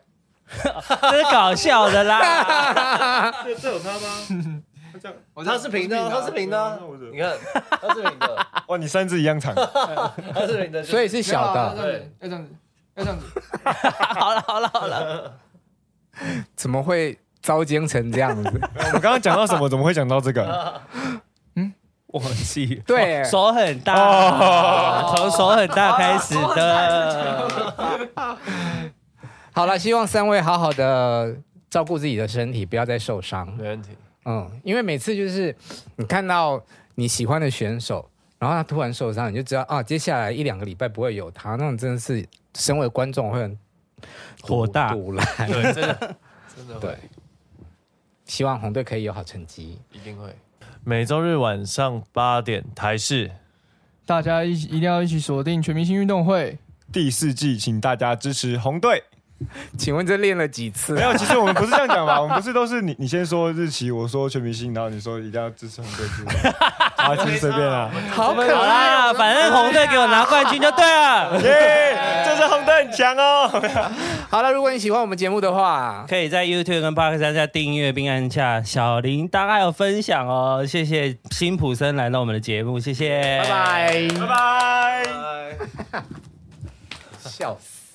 Speaker 3: 这是搞笑的啦。
Speaker 1: 这这有差吗？他这样，
Speaker 6: 它是平的，
Speaker 7: 啊
Speaker 6: 它是平的
Speaker 1: 啊
Speaker 6: 啊
Speaker 1: 那我怎，么
Speaker 6: 你看它是平的，
Speaker 1: 哇，你三只一样长，
Speaker 6: 它是平的，就是
Speaker 2: 所以是小
Speaker 3: 啊
Speaker 2: 的，
Speaker 7: 对，要这样子，要这样子，
Speaker 3: 好了好了好了，
Speaker 2: 怎么会糟践成这样
Speaker 3: [LAUGHS]
Speaker 2: 子？
Speaker 1: 我们刚刚讲到什么？怎么会讲到这个？
Speaker 3: [LAUGHS] 忘记
Speaker 2: 对
Speaker 3: 手很大
Speaker 1: 哦，
Speaker 3: 从手很大开始的。
Speaker 2: 好了，希望三位好好的照顾自己的身体，不要再受伤。
Speaker 6: 没问题。
Speaker 2: 嗯，因为每次就是你看到你喜欢的选手，然后他突然受伤，你就知道啊，接下来一两个礼拜不会有他，那种真的是身为观众会很
Speaker 3: 火大
Speaker 2: 堵来。
Speaker 6: 对，真的，真的
Speaker 2: 对
Speaker 6: 会，
Speaker 2: 希望红队可以有好成绩。
Speaker 6: 一定会。每周日晚上八点，台视
Speaker 7: 大家一起一定要一起锁定全明星运动会，
Speaker 1: 第四季，请大家支持红队。
Speaker 2: 请问这练了几次
Speaker 1: 没？有，其实我们不是这样讲吧？我们不是都是你你先说日期，我说全明星，然后你说一定要支持红队之类的啊，其实随便啦。
Speaker 2: 好可
Speaker 3: 好啦，反正红队给我拿冠军就对了。
Speaker 1: 耶，这次红队很强哦。
Speaker 2: 好了，如果你喜欢我们节目的话，
Speaker 3: 可以在 YouTube 跟 Park 三下订阅并按下小铃铛，还有分享哦。谢谢辛普森来到我们的节哎目，谢谢，
Speaker 2: 拜。拜，
Speaker 1: 拜。
Speaker 2: [LAUGHS] 笑死。